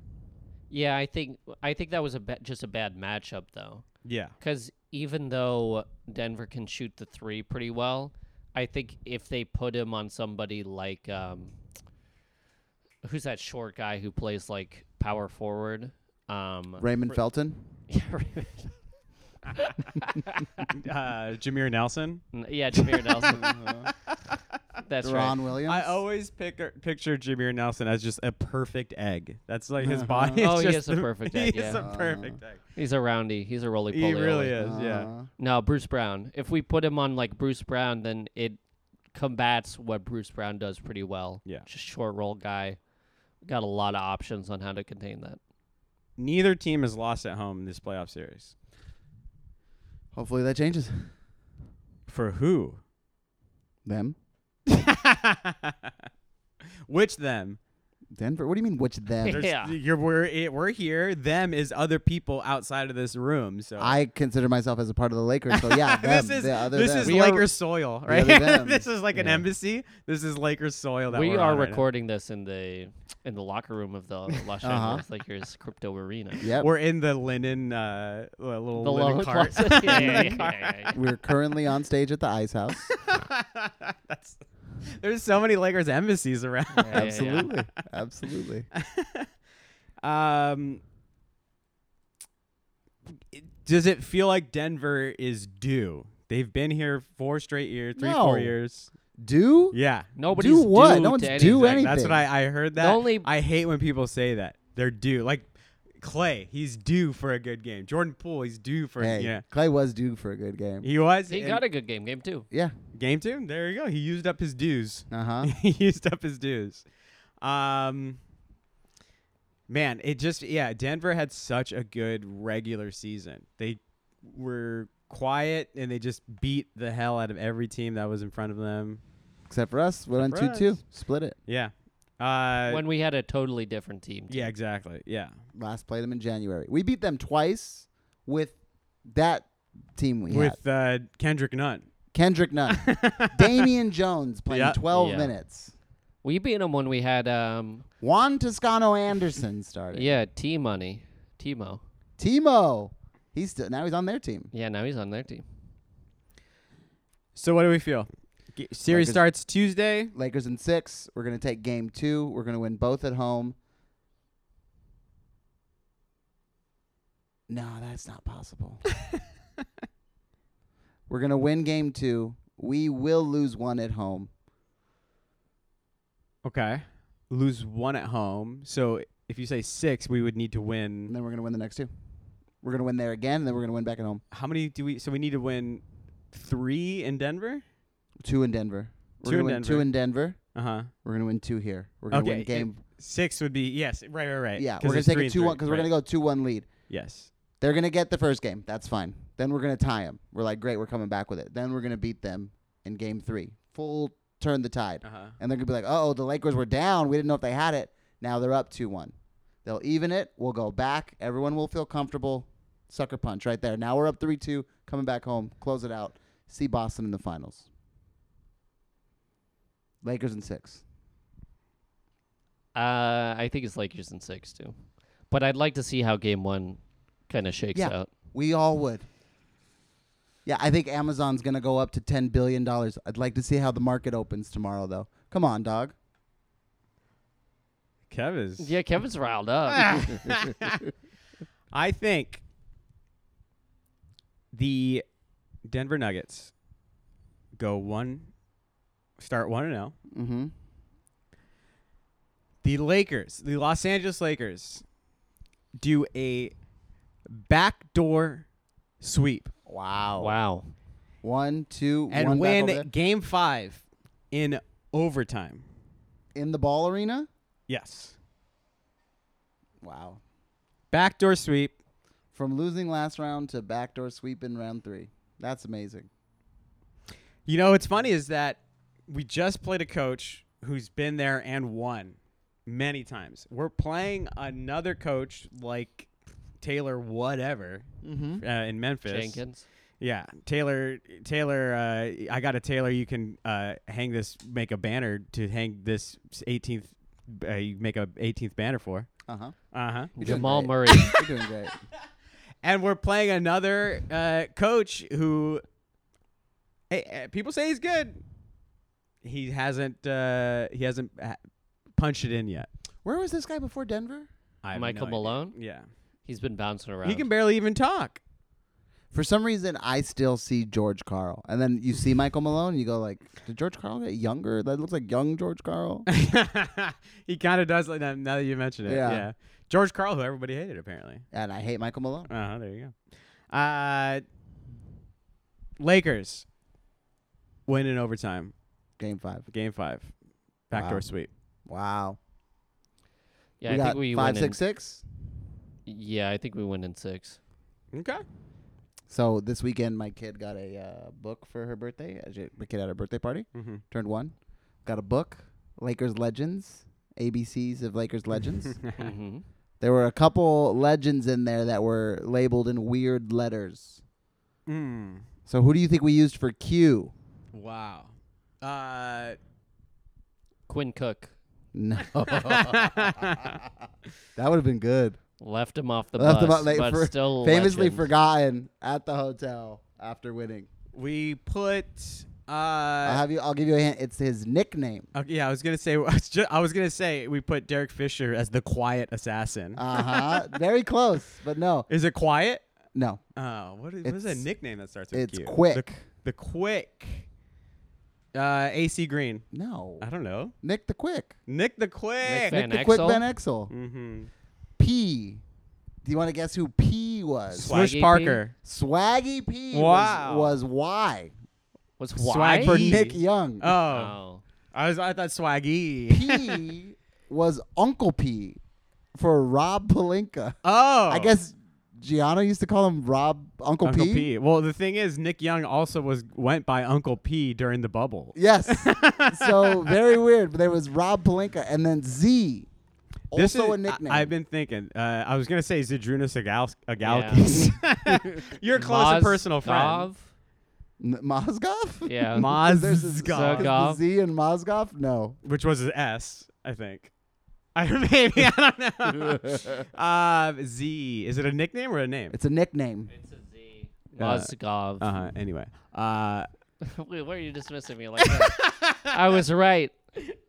Speaker 2: yeah, I think I think that was a ba- just a bad matchup though,
Speaker 1: Yeah,
Speaker 2: because even though Denver can shoot the three pretty well, I think if they put him on somebody like um, who's that short guy who plays like power forward? Um,
Speaker 3: Raymond Felton.
Speaker 2: yeah, Raymond-
Speaker 1: uh, Jameer Nelson.
Speaker 2: yeah, Jameer Nelson. That's
Speaker 3: Deron
Speaker 2: right.
Speaker 3: Williams.
Speaker 1: I always pick, picture Jameer Nelson as just a perfect egg. That's like his body.
Speaker 2: Oh,
Speaker 1: is
Speaker 2: he
Speaker 1: just
Speaker 2: is a
Speaker 1: the-
Speaker 2: perfect
Speaker 1: he
Speaker 2: egg,
Speaker 1: is
Speaker 2: yeah.
Speaker 1: a perfect egg.
Speaker 2: He's a roundy. He's a roly poly.
Speaker 1: He really is. Yeah.
Speaker 3: Uh,
Speaker 2: No, Bruce Brown. If we put him on like Bruce Brown, then it combats what Bruce Brown does pretty well.
Speaker 1: Yeah.
Speaker 2: Just short roll guy. Got a lot of options on how to contain that.
Speaker 1: Neither team has lost at home in this playoff series.
Speaker 3: Hopefully that changes.
Speaker 1: For who?
Speaker 3: Them.
Speaker 1: Which them?
Speaker 3: Denver. What do you mean, which them?
Speaker 1: There's-
Speaker 2: Yeah.
Speaker 1: you're, we're it, we're here. Them is other people outside of this room. So
Speaker 3: I consider myself as a part of the Lakers, so yeah, them,
Speaker 1: this is
Speaker 3: the other
Speaker 1: this
Speaker 3: them.
Speaker 1: is
Speaker 2: We are-
Speaker 1: Lakers soil, right?
Speaker 3: other them.
Speaker 1: this is like an
Speaker 2: Yeah.
Speaker 1: embassy. This is Lakers soil that
Speaker 2: we
Speaker 1: we're
Speaker 2: are
Speaker 1: on right now.
Speaker 2: recording this in the in the locker room of the Los
Speaker 3: Uh-huh.
Speaker 2: Angeles Lakers crypto arena.
Speaker 3: Yep.
Speaker 1: We're in the linen, uh, uh, little
Speaker 2: The
Speaker 1: linen
Speaker 2: lower
Speaker 1: cart.
Speaker 2: closet. yeah, yeah, yeah, yeah, yeah.
Speaker 3: We're currently on stage at the Ice House.
Speaker 1: That's, there's so many Lakers embassies around.
Speaker 2: yeah, yeah.
Speaker 3: absolutely, absolutely.
Speaker 1: Um, it- does it feel like Denver is due? They've been here four straight years, three, four
Speaker 3: No.
Speaker 1: years.
Speaker 3: Do
Speaker 1: Yeah.
Speaker 2: Nobody's
Speaker 3: Do what?
Speaker 2: due
Speaker 3: No one's
Speaker 2: to
Speaker 3: due
Speaker 2: anything.
Speaker 1: That's what I, I heard that.
Speaker 2: only-
Speaker 1: I hate when people say that. They're due. Like Clay, he's due for a good game. Jordan Poole, he's due for
Speaker 3: Hey,
Speaker 1: yeah.
Speaker 3: Clay was due for a good game.
Speaker 1: He was
Speaker 2: He
Speaker 1: and
Speaker 2: got a good game, game two.
Speaker 3: Yeah.
Speaker 1: game two. There you go. He used up his dues.
Speaker 3: Uh huh.
Speaker 1: he used up his dues. Um, man, it just yeah. Denver had such a good regular season. They were quiet and they just beat the hell out of every team that was in front of them.
Speaker 3: Except for us, went on
Speaker 1: Except
Speaker 3: two
Speaker 1: for
Speaker 3: two,
Speaker 1: us.
Speaker 3: split it.
Speaker 1: Yeah. Uh,
Speaker 2: when we had a totally different team.
Speaker 1: yeah, exactly. Yeah.
Speaker 3: Last played them in January. We beat them twice with that team we had.
Speaker 1: With uh, Kendrick Nunn.
Speaker 3: Kendrick Nunn, Damian Jones playing
Speaker 1: Yeah.
Speaker 3: twelve
Speaker 2: Yeah.
Speaker 3: minutes.
Speaker 2: We beat them when we had um
Speaker 3: Juan Toscano Anderson started.
Speaker 2: yeah, T Money, Timo.
Speaker 3: Timo, he's still now he's on their team.
Speaker 2: Yeah, now he's on their team.
Speaker 1: So what do we feel? G- series
Speaker 3: Lakers-
Speaker 1: starts Tuesday.
Speaker 3: Lakers in six. We're gonna take game two. We're gonna win both at home. No, that's not possible. We're gonna win game two. We will lose one at home.
Speaker 1: Okay. Lose one at home. So if you say six, we would need to
Speaker 3: And
Speaker 1: win.
Speaker 3: then we're gonna win the next two. We're gonna win there again, and then we're gonna win back at home.
Speaker 1: How many do we? So we need to win three in Denver.
Speaker 3: Two in Denver. We're
Speaker 1: Two
Speaker 3: gonna
Speaker 1: in
Speaker 3: win
Speaker 1: Denver.
Speaker 3: two in Denver.
Speaker 1: Uh huh.
Speaker 3: We're gonna win two here. We're gonna
Speaker 1: Okay,
Speaker 3: win
Speaker 1: it-
Speaker 3: game.
Speaker 1: Six would be yes. Right, right, right.
Speaker 3: yeah,
Speaker 1: 'cause
Speaker 3: we're gonna
Speaker 1: it's
Speaker 3: take
Speaker 1: three
Speaker 3: a
Speaker 1: and
Speaker 3: two one
Speaker 1: three,
Speaker 3: because
Speaker 1: right.
Speaker 3: we're gonna go two one lead.
Speaker 1: Yes.
Speaker 3: They're gonna get the first game. That's fine. Then we're gonna tie them. We're like, great, we're coming back with it. Then we're gonna beat them in game three. Full turn the tide.
Speaker 1: Uh huh.
Speaker 3: And they're gonna be like, oh, the Lakers were down. We didn't know if they had it. Now they're up two one. They'll even it. We'll go back. Everyone will feel comfortable. Sucker punch right there. Now we're up three two. Coming back home. Close it out. See Boston in the finals. Lakers in six.
Speaker 2: Uh, I think it's Lakers in six too, but I'd like to see how game one kind of shakes
Speaker 3: Yeah.
Speaker 2: out.
Speaker 3: We all would. Yeah, I think Amazon's gonna go up to ten billion dollars. I'd like to see how the market opens tomorrow, though. Come on, dog.
Speaker 1: Kev is.
Speaker 2: Yeah, Kevin's riled up.
Speaker 3: Ah.
Speaker 1: I think the Denver Nuggets go one, start one and oh. zero.
Speaker 3: Mm-hmm.
Speaker 1: The Lakers, the Los Angeles Lakers, do a backdoor sweep Oh,
Speaker 3: Wow.
Speaker 2: wow,
Speaker 3: One, two,
Speaker 1: and
Speaker 3: one back over
Speaker 1: win
Speaker 3: there.
Speaker 1: Game Five in overtime.
Speaker 3: in the ball arena.
Speaker 1: Yes.
Speaker 3: Wow.
Speaker 1: Backdoor sweep.
Speaker 3: From losing last round to backdoor sweep in round three. That's amazing.
Speaker 1: You know, what's funny is that we just played a coach who's been there and won many times. We're playing another coach like Taylor, whatever,
Speaker 3: Mm-hmm.
Speaker 1: uh, in Memphis.
Speaker 2: Jenkins.
Speaker 1: Yeah, Taylor. Taylor. Uh, I got a Taylor. You can uh, hang this. Make a banner to hang this 18th. Uh, you make a 18th banner for.
Speaker 3: Uh huh.
Speaker 1: Uh
Speaker 2: Uh-huh.
Speaker 1: huh.
Speaker 3: You're doing
Speaker 2: Jamal
Speaker 3: great.
Speaker 2: Murray.
Speaker 3: You're doing great.
Speaker 1: and we're playing another uh, coach who hey, uh, people say he's good. He hasn't uh, he hasn't uh, punched it in yet.
Speaker 3: Where was this guy before Denver?
Speaker 1: I have no
Speaker 2: Michael
Speaker 1: idea.
Speaker 2: Malone?
Speaker 1: Yeah,
Speaker 2: He's been bouncing around.
Speaker 1: he can barely even talk.
Speaker 3: For some reason, I still see George Carl, and then you see Michael Malone, and you go like, "Did George Carl get younger? That looks like young George Carl."
Speaker 1: he kind of does like that now that you mention it. Yeah.
Speaker 3: Yeah.
Speaker 1: George Carl, who everybody hated apparently.
Speaker 3: and I hate Michael Malone.
Speaker 1: Uh huh. There you go. Uh, Lakers win in overtime,
Speaker 3: Game five.
Speaker 1: game five, backdoor
Speaker 3: Wow.
Speaker 1: sweep.
Speaker 3: Wow.
Speaker 2: yeah,
Speaker 3: we
Speaker 2: I
Speaker 3: got
Speaker 2: think we
Speaker 3: five,
Speaker 2: win
Speaker 3: six, six.
Speaker 2: in. Yeah, I think we win in six.
Speaker 1: Okay.
Speaker 3: So this weekend, my kid got a uh, book for her birthday. Uh, she- My kid had her birthday party,
Speaker 1: Mm-hmm.
Speaker 3: turned one. Got a book, Lakers Legends, ABCs of Lakers Legends.
Speaker 2: hmm
Speaker 3: there were a couple legends in there that were labeled in weird letters.
Speaker 1: Mm.
Speaker 3: So who do you think we used for Q?
Speaker 1: Wow. Uh,
Speaker 2: Quinn Cook
Speaker 3: No, that would have been good.
Speaker 2: left him off the
Speaker 3: Left him
Speaker 2: bus,
Speaker 3: out late
Speaker 2: but
Speaker 3: for-
Speaker 2: still
Speaker 3: Famously
Speaker 2: legend.
Speaker 3: forgotten at the hotel after winning.
Speaker 1: we put. Uh,
Speaker 3: I'll have you. I'll give you a hint. It's his nickname.
Speaker 1: okay, yeah, I was gonna say. I was, ju- I was gonna say we put Derek Fisher as the quiet assassin.
Speaker 3: Uh huh. Very close, but no,
Speaker 1: is it quiet?
Speaker 3: no.
Speaker 1: Oh, what is, what is a
Speaker 3: It's-
Speaker 1: nickname that starts with
Speaker 3: It's
Speaker 1: Q? The-
Speaker 3: quick.
Speaker 1: The, quick. Uh, AC Green.
Speaker 3: No.
Speaker 1: I don't know.
Speaker 3: Nick the Quick.
Speaker 1: Nick the quick.
Speaker 2: Van
Speaker 3: Nick the Quick
Speaker 2: Exel?
Speaker 3: Ben Exel.
Speaker 1: Mm-hmm.
Speaker 3: P Do you want to guess who P was?
Speaker 2: Swag
Speaker 1: Swish
Speaker 2: AP?
Speaker 1: Parker.
Speaker 3: Swaggy P was-
Speaker 1: Wow.
Speaker 3: was, Y
Speaker 2: What's
Speaker 1: Swag
Speaker 2: why?
Speaker 1: for
Speaker 3: for
Speaker 1: P.
Speaker 3: Nick Young.
Speaker 1: Oh,
Speaker 2: Oh.
Speaker 1: I was I thought Swaggy.
Speaker 3: P was Uncle P for Rob Palinka.
Speaker 1: Oh,
Speaker 3: I guess Gianna used to call him Rob Uncle,
Speaker 1: Uncle P? Well, the thing is, Nick Young also was went by Uncle P during the bubble.
Speaker 3: Yes. so very weird. But there was Rob Palinka and then Z. Also
Speaker 1: This is,
Speaker 3: a nickname.
Speaker 1: I, have been thinking. Uh, I was gonna say Zadrunas Agals- Agalkis. Your close
Speaker 2: Mozgov?
Speaker 1: personal friend.
Speaker 3: N- Mozgov?
Speaker 2: Yeah.
Speaker 1: Mozgov.
Speaker 3: There's a Z- Is the
Speaker 2: Gov.
Speaker 3: Z and Mozgov? No.
Speaker 1: which was an S, I think. I maybe I don't know. uh, Z is it a nickname or a name?
Speaker 3: It's a nickname.
Speaker 2: It's a Z.
Speaker 1: Uh,
Speaker 2: Mozgov.
Speaker 1: Uh huh. Anyway, uh,
Speaker 2: Wait, why are you dismissing me like that? I was right.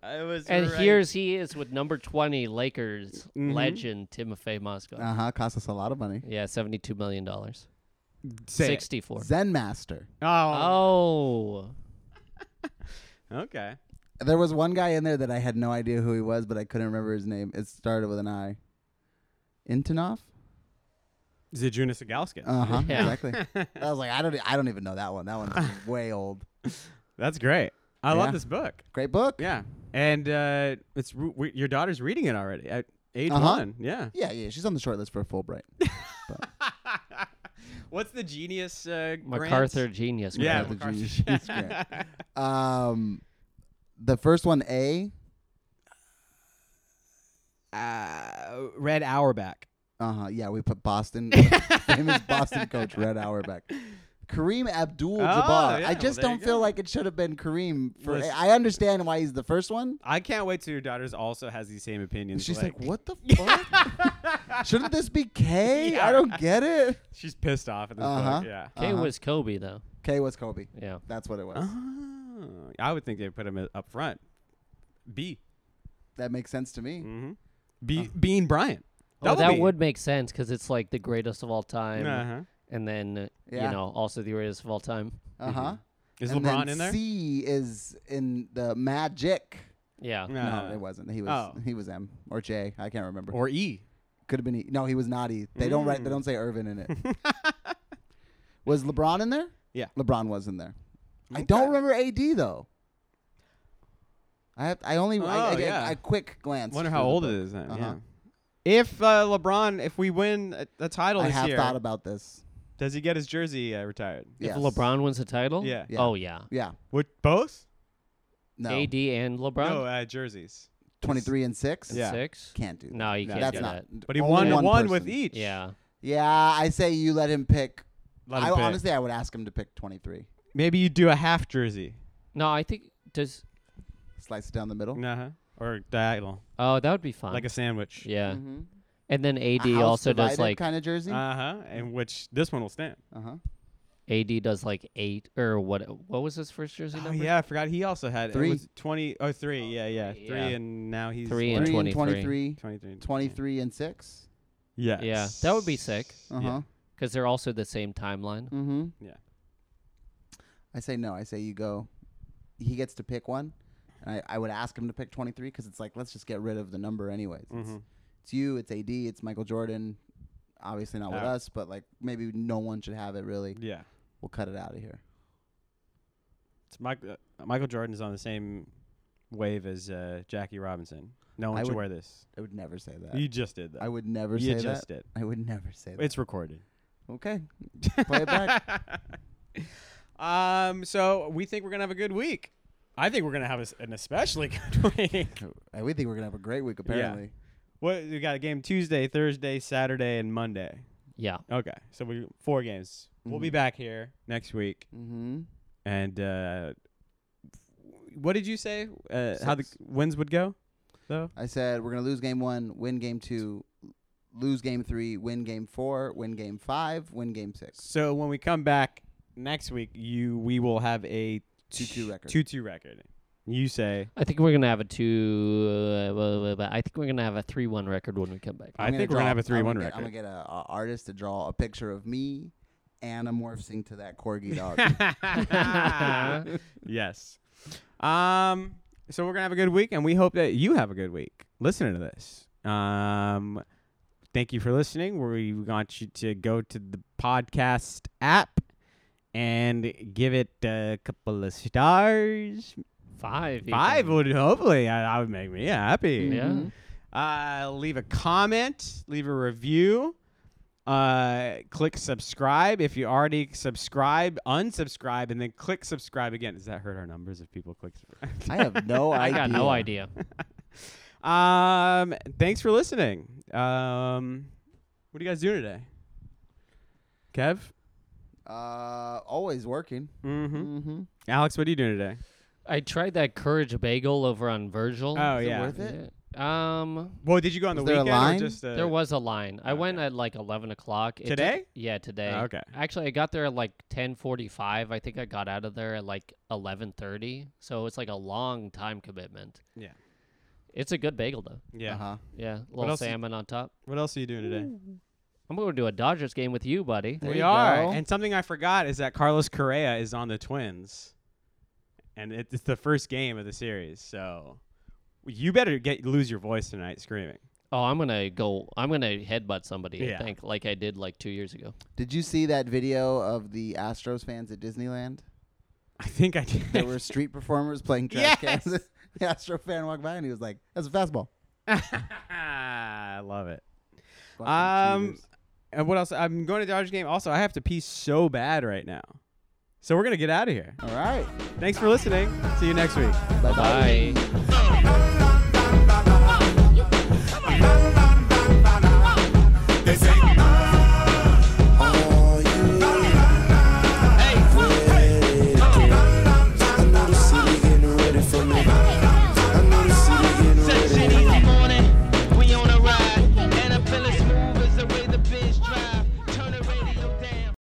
Speaker 1: I was
Speaker 2: And here's he is with number 20 Lakers
Speaker 1: Mhm.
Speaker 2: legend Timofey Mozgov.
Speaker 3: Uh huh. Cost us a lot of money.
Speaker 2: yeah, 72 million dollars.
Speaker 1: Say it.
Speaker 2: 64.
Speaker 3: Zen Master.
Speaker 1: Oh,
Speaker 2: Oh.
Speaker 1: okay.
Speaker 3: There was one guy in there that I had no idea who he was, but I couldn't remember his name. It started with an I. Intanov?
Speaker 1: Zajunas Agalskis.
Speaker 3: Uh huh.
Speaker 2: Yeah.
Speaker 3: Exactly. I was like, I don't, e- I don't even know that one. That one's way old.
Speaker 1: That's great. I
Speaker 3: Yeah.
Speaker 1: love this book.
Speaker 3: Great book.
Speaker 1: Yeah, and uh, it's re- we, your daughter's reading it already at age
Speaker 3: Uh-huh.
Speaker 1: one. Yeah.
Speaker 3: Yeah, yeah. She's on the short list for a Fulbright.
Speaker 1: What's the genius? Uh, grant?
Speaker 2: MacArthur genius.
Speaker 1: Yeah,
Speaker 2: man.
Speaker 3: MacArthur
Speaker 1: MacArthur.
Speaker 3: Genius Grant. Um, the first one, A.
Speaker 1: Uh, Red Auerbach.
Speaker 3: Uh huh. Yeah, we put Boston, famous Boston coach Red Auerbach. Kareem Abdul Jabbar.
Speaker 1: Oh, yeah,
Speaker 3: I
Speaker 1: well,
Speaker 3: just
Speaker 1: there you
Speaker 3: don't feel
Speaker 1: go.
Speaker 3: like it should have been Kareem. For
Speaker 1: Listen.
Speaker 3: I understand why he's the first one.
Speaker 1: I can't wait till your daughter's also has these same opinions.
Speaker 3: She's like, "What the fuck? Shouldn't this be K? I don't get it."
Speaker 1: She's pissed off at this
Speaker 3: Uh-huh.
Speaker 1: book. Yeah.
Speaker 2: K
Speaker 3: Uh-huh.
Speaker 2: was Kobe though.
Speaker 3: K was Kobe.
Speaker 2: Yeah.
Speaker 3: That's what it was.
Speaker 1: Oh, I would think they put him up front. B.
Speaker 3: That makes sense to me.
Speaker 1: Mm-hmm. B. Bean Bryant.
Speaker 2: Oh,
Speaker 1: Double
Speaker 2: that
Speaker 1: B.
Speaker 2: would make sense because it's like the greatest of all time,
Speaker 1: Uh-huh.
Speaker 2: and then uh,
Speaker 3: Yeah.
Speaker 2: you know also the greatest of all time.
Speaker 3: Uh huh.
Speaker 1: Is
Speaker 3: and
Speaker 1: LeBron
Speaker 3: then
Speaker 1: in there?
Speaker 3: C is in the Magic.
Speaker 2: Yeah,
Speaker 1: Uh,
Speaker 3: no, it wasn't. He was
Speaker 1: oh.
Speaker 3: he was M or J. I can't remember.
Speaker 1: Or E.
Speaker 3: Could have been. E. No, he was not E. They don't write. They
Speaker 1: Mm.
Speaker 3: don't say Irvin in it. was LeBron in there?
Speaker 1: Yeah.
Speaker 3: LeBron was in there. I
Speaker 1: Okay.
Speaker 3: don't remember AD though. I have, I only I, I,
Speaker 1: Oh, yeah.
Speaker 3: I, I quick glance.
Speaker 1: Wonder how
Speaker 3: through the
Speaker 1: old it
Speaker 3: book.
Speaker 1: is. Then.
Speaker 3: Uh-huh.
Speaker 1: Yeah. If uh, LeBron, if we win a, a title
Speaker 3: I
Speaker 1: this
Speaker 3: have
Speaker 1: year,
Speaker 3: thought about this.
Speaker 1: does he get his jersey uh, retired?
Speaker 3: Yes.
Speaker 2: If LeBron wins the title.
Speaker 1: Yeah.
Speaker 3: Yeah.
Speaker 2: Oh yeah.
Speaker 3: Yeah.
Speaker 1: Which both?
Speaker 3: No.
Speaker 2: AD and LeBron.
Speaker 1: No uh, jerseys.
Speaker 3: Twenty three and six.
Speaker 1: Yeah.
Speaker 2: Six.
Speaker 3: Can't do. That.
Speaker 2: No, you
Speaker 1: No,
Speaker 2: can't
Speaker 3: That's
Speaker 2: do
Speaker 3: not.
Speaker 2: that.
Speaker 1: But he
Speaker 3: only
Speaker 1: won
Speaker 3: one
Speaker 1: one, with E.
Speaker 3: person.
Speaker 1: each.
Speaker 2: Yeah.
Speaker 3: Yeah, I say you let him pick.
Speaker 1: Let him
Speaker 3: I
Speaker 1: pick.
Speaker 3: honestly, I would ask him to pick twenty three.
Speaker 1: Maybe you do a half jersey.
Speaker 2: No, I think does.
Speaker 3: Slice it down the middle.
Speaker 1: Uh huh. Or diagonal,
Speaker 2: Oh, that would be fun.
Speaker 1: like a sandwich.
Speaker 2: yeah.
Speaker 3: Mhm.
Speaker 2: And then AD
Speaker 3: A house
Speaker 2: also does
Speaker 3: divided
Speaker 2: like
Speaker 3: kind of jersey.
Speaker 1: Uh huh. And which this one will stand.
Speaker 3: Uh huh.
Speaker 2: AD does like eight or what? What was his first jersey
Speaker 1: Oh
Speaker 2: number?
Speaker 1: yeah, I forgot he also had
Speaker 3: Three.
Speaker 1: It was 20 oh three, yeah, yeah. 3
Speaker 2: three, yeah.
Speaker 1: and now he's
Speaker 2: Three
Speaker 1: what?
Speaker 2: and
Speaker 3: Three and
Speaker 2: 23.
Speaker 3: 23,
Speaker 1: 23.
Speaker 3: 23 and 6.
Speaker 1: Yes.
Speaker 2: Yeah, that would be sick.
Speaker 3: Uh-huh.
Speaker 2: Because they're also the same timeline.
Speaker 3: Mm-hmm.
Speaker 1: Yeah.
Speaker 3: I say no. I say you go. He gets to pick one. And I, I would ask him to pick 23 because it's like, let's just get rid of the number anyways. It's,
Speaker 1: Mhm.
Speaker 3: it's you, it's AD, it's Michael Jordan. Obviously not with
Speaker 1: Out.
Speaker 3: us, but like maybe no one should have it really.
Speaker 1: Yeah.
Speaker 3: We'll cut it out of here.
Speaker 1: It's Michael uh, Michael Jordan is on the same wave as uh, Jackie Robinson. No one
Speaker 3: I
Speaker 1: should
Speaker 3: would-
Speaker 1: wear this.
Speaker 3: I would never say that.
Speaker 1: you just did that.
Speaker 3: I would never
Speaker 1: you
Speaker 3: say
Speaker 1: just
Speaker 3: that.
Speaker 1: did.
Speaker 3: I would never say that.
Speaker 1: It's recorded.
Speaker 3: okay. Play it back.
Speaker 1: um so we think we're going to have a good week. I think we're going to have a s an especially good week.
Speaker 3: Uh, We think we're going to have a great week, apparently.
Speaker 1: What we got a game Tuesday, Thursday, Saturday and Monday. Mm-hmm.
Speaker 2: Yeah.
Speaker 1: Okay, so we four games. We'll be
Speaker 3: Mhm.
Speaker 1: back here next week.
Speaker 3: Mm-hmm.
Speaker 1: And uh, what did you say? Uh, how the
Speaker 3: Six.
Speaker 1: wins would go? Though
Speaker 3: I said we're gonna lose game one, win game two, lose game three, win game four, win game five, win game six.
Speaker 1: so when we come back next week, you we will have a
Speaker 3: 2-2 record.
Speaker 1: Two two record. You say.
Speaker 2: I think we're gonna have a two. Uh, blah, blah, blah. I think we're gonna have a three-one record when we come back.
Speaker 1: I think we're gonna have a
Speaker 3: draw-
Speaker 1: 3-1
Speaker 3: I'm gonna get- I'm
Speaker 1: record.
Speaker 3: gonna get a, a artist to draw a picture of me anamorphing to that corgi dog.
Speaker 1: yes. Um. So we're gonna have a good week, and we hope that you have a good week. Listening to this. Um. thank you for listening. We want you to go to the podcast app and give it a couple of stars.
Speaker 2: Five.
Speaker 1: Five
Speaker 2: even.
Speaker 1: would hopefully I, I would make me happy.
Speaker 2: Yeah.
Speaker 3: Mhm.
Speaker 1: Uh, leave a comment, leave a review, uh, click subscribe. If you already subscribe, unsubscribe, and then click subscribe again. Does that hurt our numbers if people click subscribe?
Speaker 3: I have no
Speaker 2: I
Speaker 3: idea.
Speaker 2: got no idea.
Speaker 1: um, thanks for listening. Um, what are you guys doing today? Kev?
Speaker 3: Uh, always working.
Speaker 1: Mm-hmm.
Speaker 3: Mm-hmm.
Speaker 1: Alex, what are you doing today?
Speaker 2: I tried that Courage Bagel over on Virgil.
Speaker 1: Oh,
Speaker 2: Is it
Speaker 1: yeah.
Speaker 2: worth it? Um,
Speaker 1: Well, did you go on the
Speaker 3: Was there a
Speaker 1: weekend
Speaker 3: line?
Speaker 1: or just uh,
Speaker 2: there was a line. I went
Speaker 1: okay.
Speaker 2: at like eleven o'clock It took-
Speaker 1: today?
Speaker 2: yeah, today.
Speaker 1: Oh, okay.
Speaker 2: Actually, I got there at like ten forty-five. I think I got out of there at like eleven thirty. So it's like a long time commitment.
Speaker 1: Yeah.
Speaker 2: It's a good bagel though.
Speaker 1: Yeah.
Speaker 3: Uh-huh.
Speaker 2: Yeah,
Speaker 1: else
Speaker 2: little
Speaker 1: is-
Speaker 2: salmon on top.
Speaker 1: What else are you doing today?
Speaker 2: I'm going to do a Dodgers game with you, buddy.
Speaker 3: There
Speaker 1: we
Speaker 3: you
Speaker 1: are.
Speaker 3: go.
Speaker 1: And something I forgot is that Carlos Correa is on the Twins, and it, it's the first game of the series. So you better get lose your voice tonight screaming.
Speaker 2: Oh, I'm gonna go. I'm gonna headbutt somebody.
Speaker 1: Yeah.
Speaker 2: I think, like I did like two years ago.
Speaker 3: Did you see that video of the Astros fans at Disneyland?
Speaker 1: I think I did.
Speaker 3: There were street performers playing trash
Speaker 1: Yes!
Speaker 3: cans. the Astro fan walked by and he was like, "That's a fastball."
Speaker 1: I love it.
Speaker 3: Fucking
Speaker 1: Um,
Speaker 3: cheaters.
Speaker 1: And what else? I'm going to Dodgers game. Also, I have to pee so bad right now. So we're gonna get out of here.
Speaker 3: All right.
Speaker 1: Thanks for listening. See you next week.
Speaker 3: Bye bye.
Speaker 2: Bye.
Speaker 4: They say